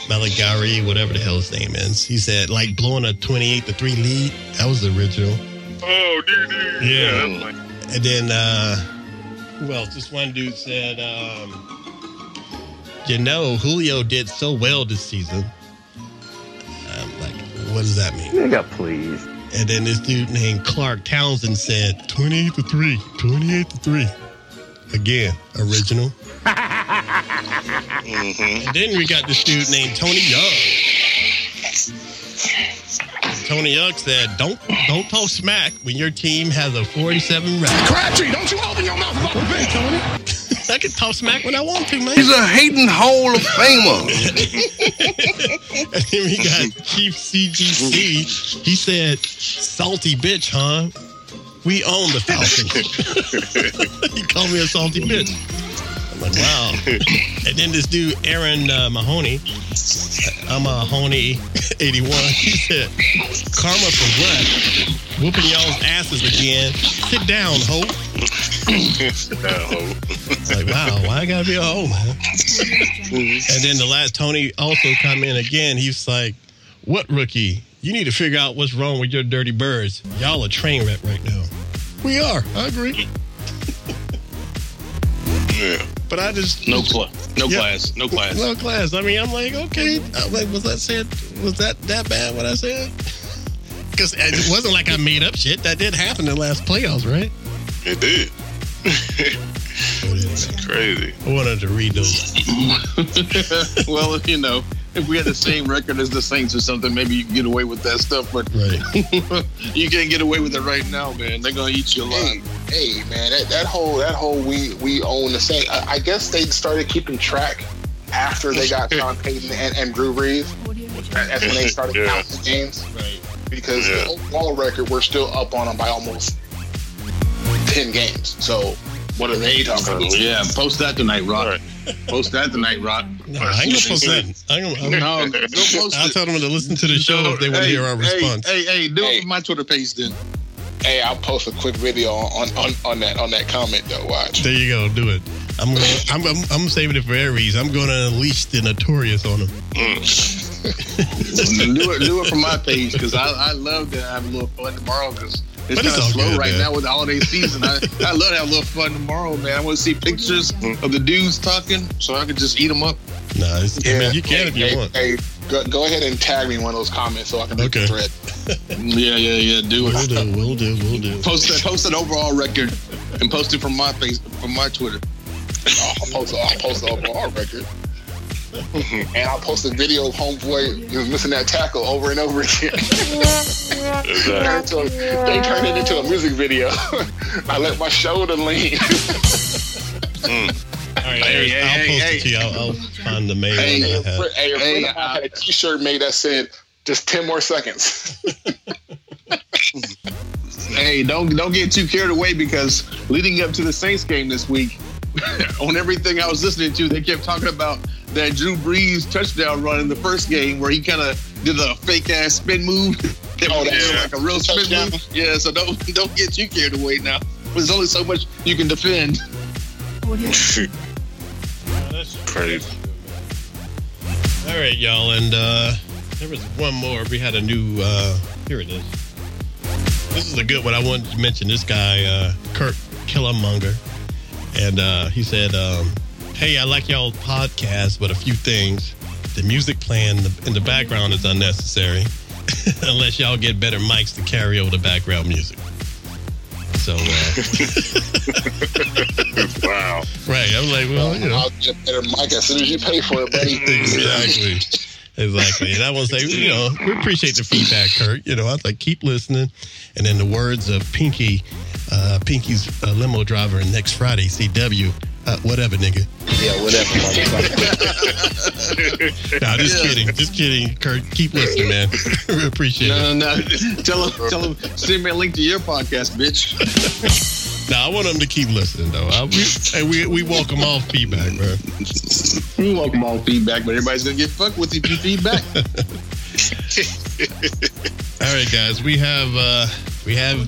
[SPEAKER 4] Malagari, whatever the hell his name is. He said like blowing a twenty-eight to three lead. That was the original.
[SPEAKER 8] Oh, dude, dude.
[SPEAKER 4] Yeah.
[SPEAKER 8] that's like,
[SPEAKER 4] And then uh, who else? This one dude said, um, you know, Julio did so well this season. I'm like, what does that mean?
[SPEAKER 12] Nigga, please.
[SPEAKER 4] And then this dude named Clark Townsend said, 28 to 3, 28 to 3. Again, original.
[SPEAKER 12] Mm-hmm.
[SPEAKER 4] And then we got this dude named Tony Young. Tony Young said, "Don't don't talk smack when your team has a 47 record."
[SPEAKER 3] Crabtree, don't you open your mouth about
[SPEAKER 4] Okay, Tony. [LAUGHS] I can talk smack when I want to, man.
[SPEAKER 9] He's a hating Hall of Famer.
[SPEAKER 4] And [LAUGHS] then we got Chief CGC. He said, "Salty bitch, huh? We own the Falcons." [LAUGHS] he called me a salty bitch. I'm like, wow. and then this dude, Aaron uh, Mahoney, Uh, I'm a Honey 81. He said, "Karma for what? Whooping y'all's asses again. Sit down, ho." Like, wow, why I gotta be a hoe, man? and then the last Tony also come in again. He's like, "What rookie? You need to figure out what's wrong with your dirty birds. Y'all a train wreck right now." We are. I agree.
[SPEAKER 2] Yeah.
[SPEAKER 4] But I just
[SPEAKER 6] No class. No
[SPEAKER 4] Yeah.
[SPEAKER 6] class. No class.
[SPEAKER 4] no class. I mean, I'm like, okay. I'm like, was that said? Was that that bad? What I said? [LAUGHS] Because it wasn't like I made up shit. That did happen in the last playoffs, right?
[SPEAKER 2] It did. Crazy.
[SPEAKER 4] I wanted to read those.
[SPEAKER 1] [LAUGHS] well, you know, if we had the same record as the Saints or something, maybe you could get away with that stuff. But
[SPEAKER 4] Right.
[SPEAKER 1] you can't get away with it right now, man. They're gonna eat you
[SPEAKER 3] Hey,
[SPEAKER 1] alive.
[SPEAKER 3] hey, man, that, that whole that whole we we own the same. I, I guess they started keeping track after they
[SPEAKER 2] [LAUGHS]
[SPEAKER 3] got John Payton and, and Drew Brees. That- That's when they started
[SPEAKER 2] Yeah.
[SPEAKER 3] counting games because
[SPEAKER 2] Yeah.
[SPEAKER 3] the overall record we're still up on them by almost ten games. So what are they talking about?
[SPEAKER 1] Oh, Yeah, post that tonight, Rock.
[SPEAKER 2] Right.
[SPEAKER 1] Post that tonight,
[SPEAKER 4] [LAUGHS]
[SPEAKER 1] Rock.
[SPEAKER 4] No, I ain't gonna post that. I ain't gonna,
[SPEAKER 1] No, don't post
[SPEAKER 4] I'll
[SPEAKER 1] it.
[SPEAKER 4] tell them to listen to the show if they want to
[SPEAKER 1] Hey,
[SPEAKER 4] hear our
[SPEAKER 1] hey,
[SPEAKER 4] response.
[SPEAKER 1] Hey, hey, do
[SPEAKER 3] Hey.
[SPEAKER 1] it for my Twitter page then.
[SPEAKER 3] Hey, I'll post a quick video on on, on that on that comment though. Watch.
[SPEAKER 4] There you go. Do it. I'm gonna, I'm, I'm I'm saving it for Aries. I'm going to unleash the notorious on him. [LAUGHS]
[SPEAKER 1] [LAUGHS] do it, do it for my page because I, I love to have a little fun tomorrow because it's
[SPEAKER 4] But it's
[SPEAKER 1] kind of
[SPEAKER 4] all
[SPEAKER 1] slow
[SPEAKER 4] good,
[SPEAKER 1] right
[SPEAKER 4] man.
[SPEAKER 1] now with the holiday season. I, I love to have a little fun tomorrow, man. I want to see pictures of the dudes talking so I can just eat them up.
[SPEAKER 4] Nah, it's, I mean you can if you
[SPEAKER 3] hey,
[SPEAKER 4] want.
[SPEAKER 3] Hey, go, go ahead and tag me in one of those comments so I can make
[SPEAKER 4] Okay.
[SPEAKER 3] the thread.
[SPEAKER 1] Yeah, yeah, yeah. Do
[SPEAKER 4] We'll
[SPEAKER 1] it.
[SPEAKER 4] do. We'll do. We'll do.
[SPEAKER 1] Post that. Post an overall record and post it from my face from my Twitter.
[SPEAKER 3] I'll post, I'll post the overall
[SPEAKER 1] [LAUGHS]
[SPEAKER 3] record. and I'll post a video of Homeboy he was missing that tackle over and over again.
[SPEAKER 2] Exactly.
[SPEAKER 3] Turned to a- they turned it [LAUGHS] into a music video. I let my shoulder lean.
[SPEAKER 4] All right, Iris, I'll post it to you. I'll, I'll find the mail
[SPEAKER 3] Hey,
[SPEAKER 4] that
[SPEAKER 3] [LAUGHS]
[SPEAKER 4] I
[SPEAKER 3] hey,
[SPEAKER 4] have.
[SPEAKER 3] a friend of mine had a T-shirt made that said "Just ten more seconds." [LAUGHS]
[SPEAKER 1] hey, don't don't get too carried away because leading up to the Saints game this week, [LAUGHS] on everything I was listening to, they kept talking about that Drew Brees touchdown run in the first game where he kind of did a fake ass spin move. [LAUGHS] That
[SPEAKER 3] Oh,
[SPEAKER 1] was
[SPEAKER 3] yeah.
[SPEAKER 1] like a real spin move. Yeah, so don't [LAUGHS] don't get too carried away now. There's only so much you can defend. [LAUGHS]
[SPEAKER 2] Crazy.
[SPEAKER 4] All right, y'all, and uh, there was one more. We had a new. Uh, here it is. This is a good one. I wanted to mention this guy, uh, Kurt Killermonger, and uh, he said, um, "Hey, I like y'all podcast, but a few things. The music playing in the, in the background is unnecessary, [LAUGHS] unless y'all get better mics to carry over the background music." So, [LAUGHS] uh,
[SPEAKER 2] wow.
[SPEAKER 4] Right, I'm like, well, you know.
[SPEAKER 3] I'll get better mic as soon as you pay for it, buddy.
[SPEAKER 4] exactly. Exactly. And I want to say, you know, we appreciate the feedback, Kirk. You know, I was like, keep listening. And in the words of Pinky, uh, Pinky's uh, limo driver and next Friday, CW, uh, whatever, nigga.
[SPEAKER 3] Yeah, whatever.
[SPEAKER 4] No, just kidding. Just kidding, Kirk. Keep listening, man. [LAUGHS] we appreciate it.
[SPEAKER 1] No, no, [LAUGHS] no. tell him, tell him, send me a link to your podcast, bitch. [LAUGHS]
[SPEAKER 4] No, I want them to keep listening, though. I, we, hey, we, we welcome all feedback, bro.
[SPEAKER 1] We welcome all feedback, but everybody's gonna get fucked with if you
[SPEAKER 3] [LAUGHS]
[SPEAKER 1] feedback.
[SPEAKER 4] All right, guys, we have uh we have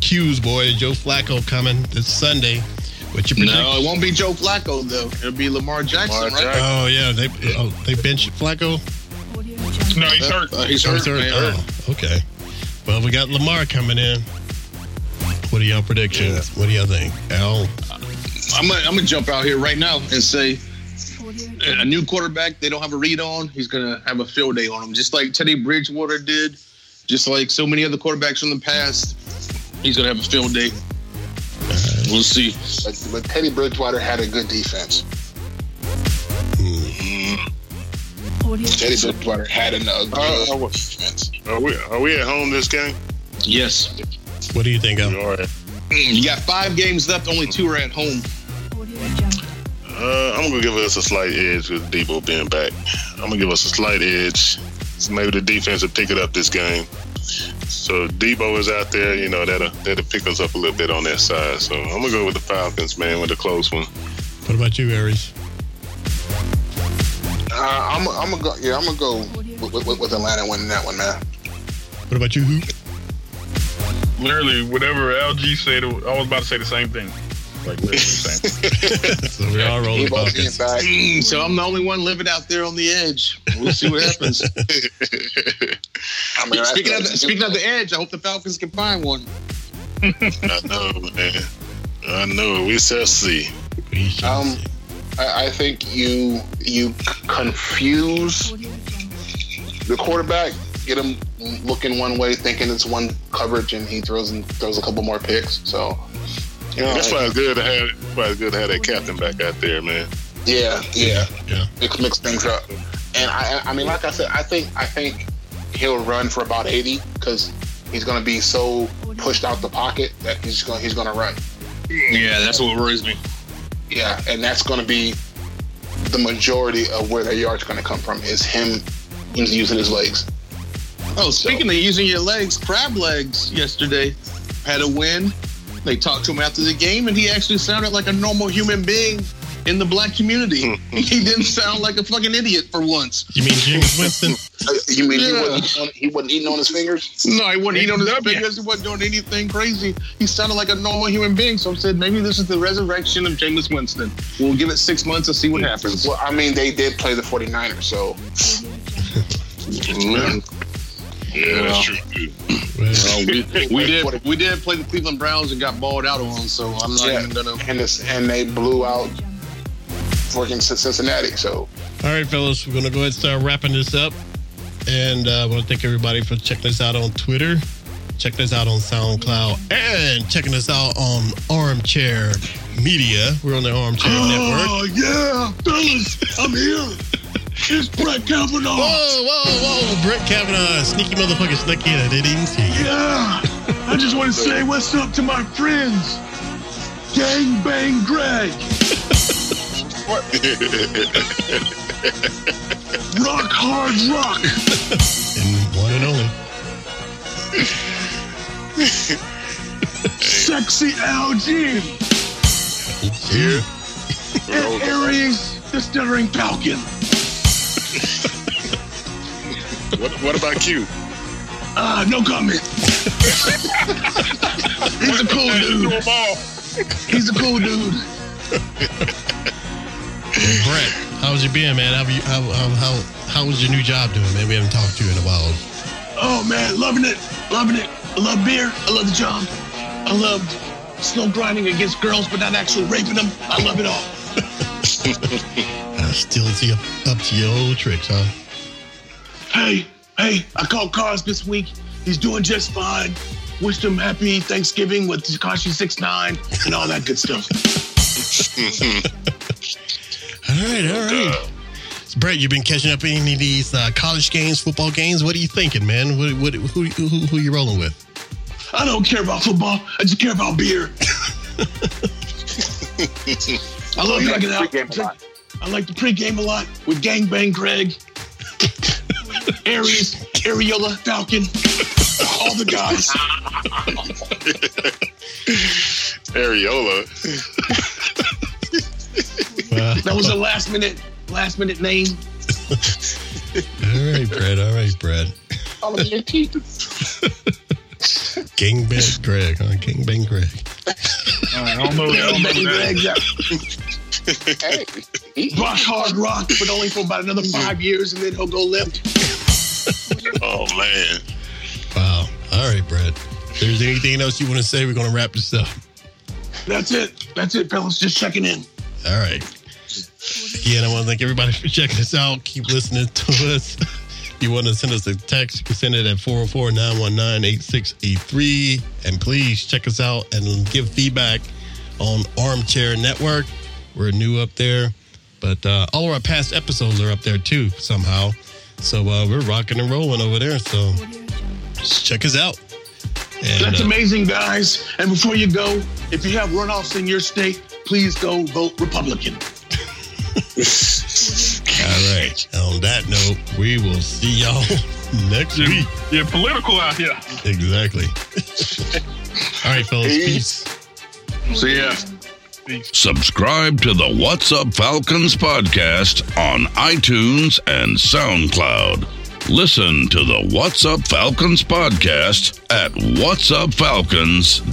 [SPEAKER 4] Q's boy Joe Flacco coming this Sunday. What you
[SPEAKER 1] no, it won't be Joe Flacco though. It'll be Lamar Jackson,
[SPEAKER 4] predict-
[SPEAKER 1] right?
[SPEAKER 4] Oh yeah, they oh, they bench Flacco.
[SPEAKER 1] No, he's hurt. Uh, he's
[SPEAKER 4] Oh,
[SPEAKER 1] hurt,
[SPEAKER 4] third-
[SPEAKER 1] man.
[SPEAKER 4] oh, okay. Well, we got Lamar coming in. What are y'all predictions? What do y'all think? Al,
[SPEAKER 1] I'm gonna, I'm gonna jump out here right now and say a new quarterback they don't have a read on. He's gonna have a field day on him, just like Teddy Bridgewater did, just like so many other quarterbacks from the past. He's gonna have a field day. Uh, We'll see.
[SPEAKER 3] But, but Teddy Bridgewater had a good defense. Teddy Bridgewater had an a
[SPEAKER 2] Uh,
[SPEAKER 3] good defense.
[SPEAKER 2] Are we are we at home this game?
[SPEAKER 1] Yes.
[SPEAKER 4] what do you think? Al?
[SPEAKER 2] All right.
[SPEAKER 1] You got five games left. Only two are at home.
[SPEAKER 2] Uh, I'm gonna give us a slight edge with Debo being back. I'm gonna give us a slight edge. So maybe the defense will pick it up this game. So Debo is out there, you know that'll that'll pick us up a little bit on that side. So I'm gonna go with the Falcons, man, with a close one.
[SPEAKER 4] What about you, Aries?
[SPEAKER 3] Uh, I'm, I'm gonna go. Yeah, I'm gonna go with, with, with Atlanta winning that one, man.
[SPEAKER 4] What about you, Hoop?
[SPEAKER 8] Literally, whatever LG said, I was about to say the same thing. Like literally the same.
[SPEAKER 4] [LAUGHS] So we all rolling
[SPEAKER 3] Debo being
[SPEAKER 4] Falcons.
[SPEAKER 3] back.
[SPEAKER 1] Mm, so I'm the only one living out there on the edge. We'll see what
[SPEAKER 2] [LAUGHS]
[SPEAKER 1] happens.
[SPEAKER 3] I mean, that's-
[SPEAKER 1] speaking, of the,
[SPEAKER 3] that's-
[SPEAKER 1] speaking of the edge, I hope the Falcons can find one.
[SPEAKER 2] I know, man. I know. We shall see.
[SPEAKER 4] We shall
[SPEAKER 3] Um,
[SPEAKER 4] see.
[SPEAKER 3] I, I think you you confuse the quarterback, get him looking one way, thinking it's one coverage, and he throws and throws a couple more picks. So, you know,
[SPEAKER 2] That's
[SPEAKER 3] like,
[SPEAKER 2] why it's good to have. that's Why it's good to have that captain back out there, man.
[SPEAKER 3] yeah, yeah,
[SPEAKER 4] Yeah.
[SPEAKER 3] it mix things up. And I, I mean, like I said, I think I think he'll run for about eighty because he's going to be so pushed out the pocket that he's going he's going to run.
[SPEAKER 6] Yeah, that's what worries me.
[SPEAKER 3] Yeah, and that's going to be the majority of where the yard's going to come from is him using his legs.
[SPEAKER 1] Oh, speaking of using your legs, Crab Legs yesterday had a win. They talked to him after the game, and he actually sounded like a normal human being in the black community. [LAUGHS] he didn't sound like a fucking idiot for once.
[SPEAKER 4] You mean
[SPEAKER 1] [LAUGHS]
[SPEAKER 4] James Winston?
[SPEAKER 3] Uh, You mean he,
[SPEAKER 1] Yeah.
[SPEAKER 3] wasn't eating on, he wasn't eating on his fingers?
[SPEAKER 1] No, he wasn't eating on his
[SPEAKER 8] W.
[SPEAKER 1] fingers. He wasn't doing anything crazy. He sounded like a normal human being. So I said, maybe this is the resurrection of Jameis Winston. We'll give it six months and see what happens.
[SPEAKER 3] Well, I mean, they did play the 49ers, so
[SPEAKER 2] Yeah, that's true.
[SPEAKER 4] Well,
[SPEAKER 1] Oh, we,
[SPEAKER 3] we
[SPEAKER 1] did. We did play the Cleveland Browns and got balled out on. So I'm not
[SPEAKER 3] Yeah.
[SPEAKER 1] even gonna.
[SPEAKER 3] and this, and they blew out freaking Cin- Cincinnati. So
[SPEAKER 4] All right, fellas, we're going to go ahead and start wrapping this up. And uh, I want to thank everybody for checking us out on Twitter, checking us out on SoundCloud, and checking us out on Armchair Media. We're on the Armchair Network.
[SPEAKER 1] uh, yeah, fellas, I'm here. It's Brett Kavanaugh.
[SPEAKER 4] Whoa, whoa, whoa. Brett Kavanaugh, sneaky motherfucker, snuck in. I didn't even see you.
[SPEAKER 1] Yeah, I just want to say what's up to my friends, Gang Bang Greg, rock hard rock.
[SPEAKER 4] and one and only.
[SPEAKER 1] Sexy LG.
[SPEAKER 4] Here.
[SPEAKER 2] Oh,
[SPEAKER 1] And Aries the stuttering falcon.
[SPEAKER 2] What, what about you?
[SPEAKER 1] Uh, no comment. He's a cool dude. He's a cool dude.
[SPEAKER 4] And Brett, how's it been, man? How you how how how how was your new job doing, man? We haven't talked to you in a while.
[SPEAKER 1] Oh man, loving it, loving it. I love beer. I love the job. I love snow grinding against girls, but not actually raping them. I love it all.
[SPEAKER 4] I still see up, up to your old tricks, huh?
[SPEAKER 1] Hey, hey, I called Cars this week. He's doing just fine. Wished him happy Thanksgiving with Takashi 69 and all that good stuff.
[SPEAKER 4] All right, all right. So Brett, you've been catching up any of these uh, college games, football games. What are you thinking, man? What, what who who who you rolling with?
[SPEAKER 1] I don't care about football. I just care about
[SPEAKER 3] [LAUGHS]
[SPEAKER 1] beer. I love
[SPEAKER 3] You like
[SPEAKER 1] hanging
[SPEAKER 3] the
[SPEAKER 1] out.
[SPEAKER 3] pregame a lot.
[SPEAKER 1] I like the pregame a lot with Gangbang Greg, Aries, Ariola, Falcon, all the guys.
[SPEAKER 2] Areola.
[SPEAKER 4] Wow.
[SPEAKER 1] [LAUGHS] That was a last minute, last minute name.
[SPEAKER 4] [LAUGHS] all right, Brett. All right, Brett.
[SPEAKER 3] All of your
[SPEAKER 4] [LAUGHS]
[SPEAKER 3] teeth.
[SPEAKER 4] Gangbang Greg, huh? Gangbang Greg.
[SPEAKER 8] I don't know. I don't know
[SPEAKER 1] Gangbang
[SPEAKER 8] that.
[SPEAKER 1] Greg, yeah.
[SPEAKER 3] Hey,
[SPEAKER 1] Rock hard rock, but only for about another five years, and then he'll go left.
[SPEAKER 2] Oh man.
[SPEAKER 4] Wow. All right, Brett. If there's anything else you want to say, we're gonna wrap this up.
[SPEAKER 1] That's it. That's it, fellas. Just checking in.
[SPEAKER 4] All right. Again, I want to thank everybody for checking us out. Keep listening to us. If you want to send us a text, you can send it at 404 919 8683. And please check us out and give feedback on Armchair Network. We're new up there, but uh, all of our past episodes are up there too, somehow. So uh, we're rocking and rolling over there. So just check us out. And,
[SPEAKER 1] That's
[SPEAKER 4] uh,
[SPEAKER 1] amazing, guys. And before you go, if you have runoffs in your state, please go vote Republican.
[SPEAKER 4] All right. On that note, we will see y'all [LAUGHS] next week.
[SPEAKER 8] You're political out here.
[SPEAKER 4] Exactly. [LAUGHS] All right, fellas. Peace.
[SPEAKER 8] See ya.
[SPEAKER 5] Subscribe to the What's Up Falcons podcast on iTunes and SoundCloud. Listen to the What's Up Falcons podcast at whatsupfalcons.com.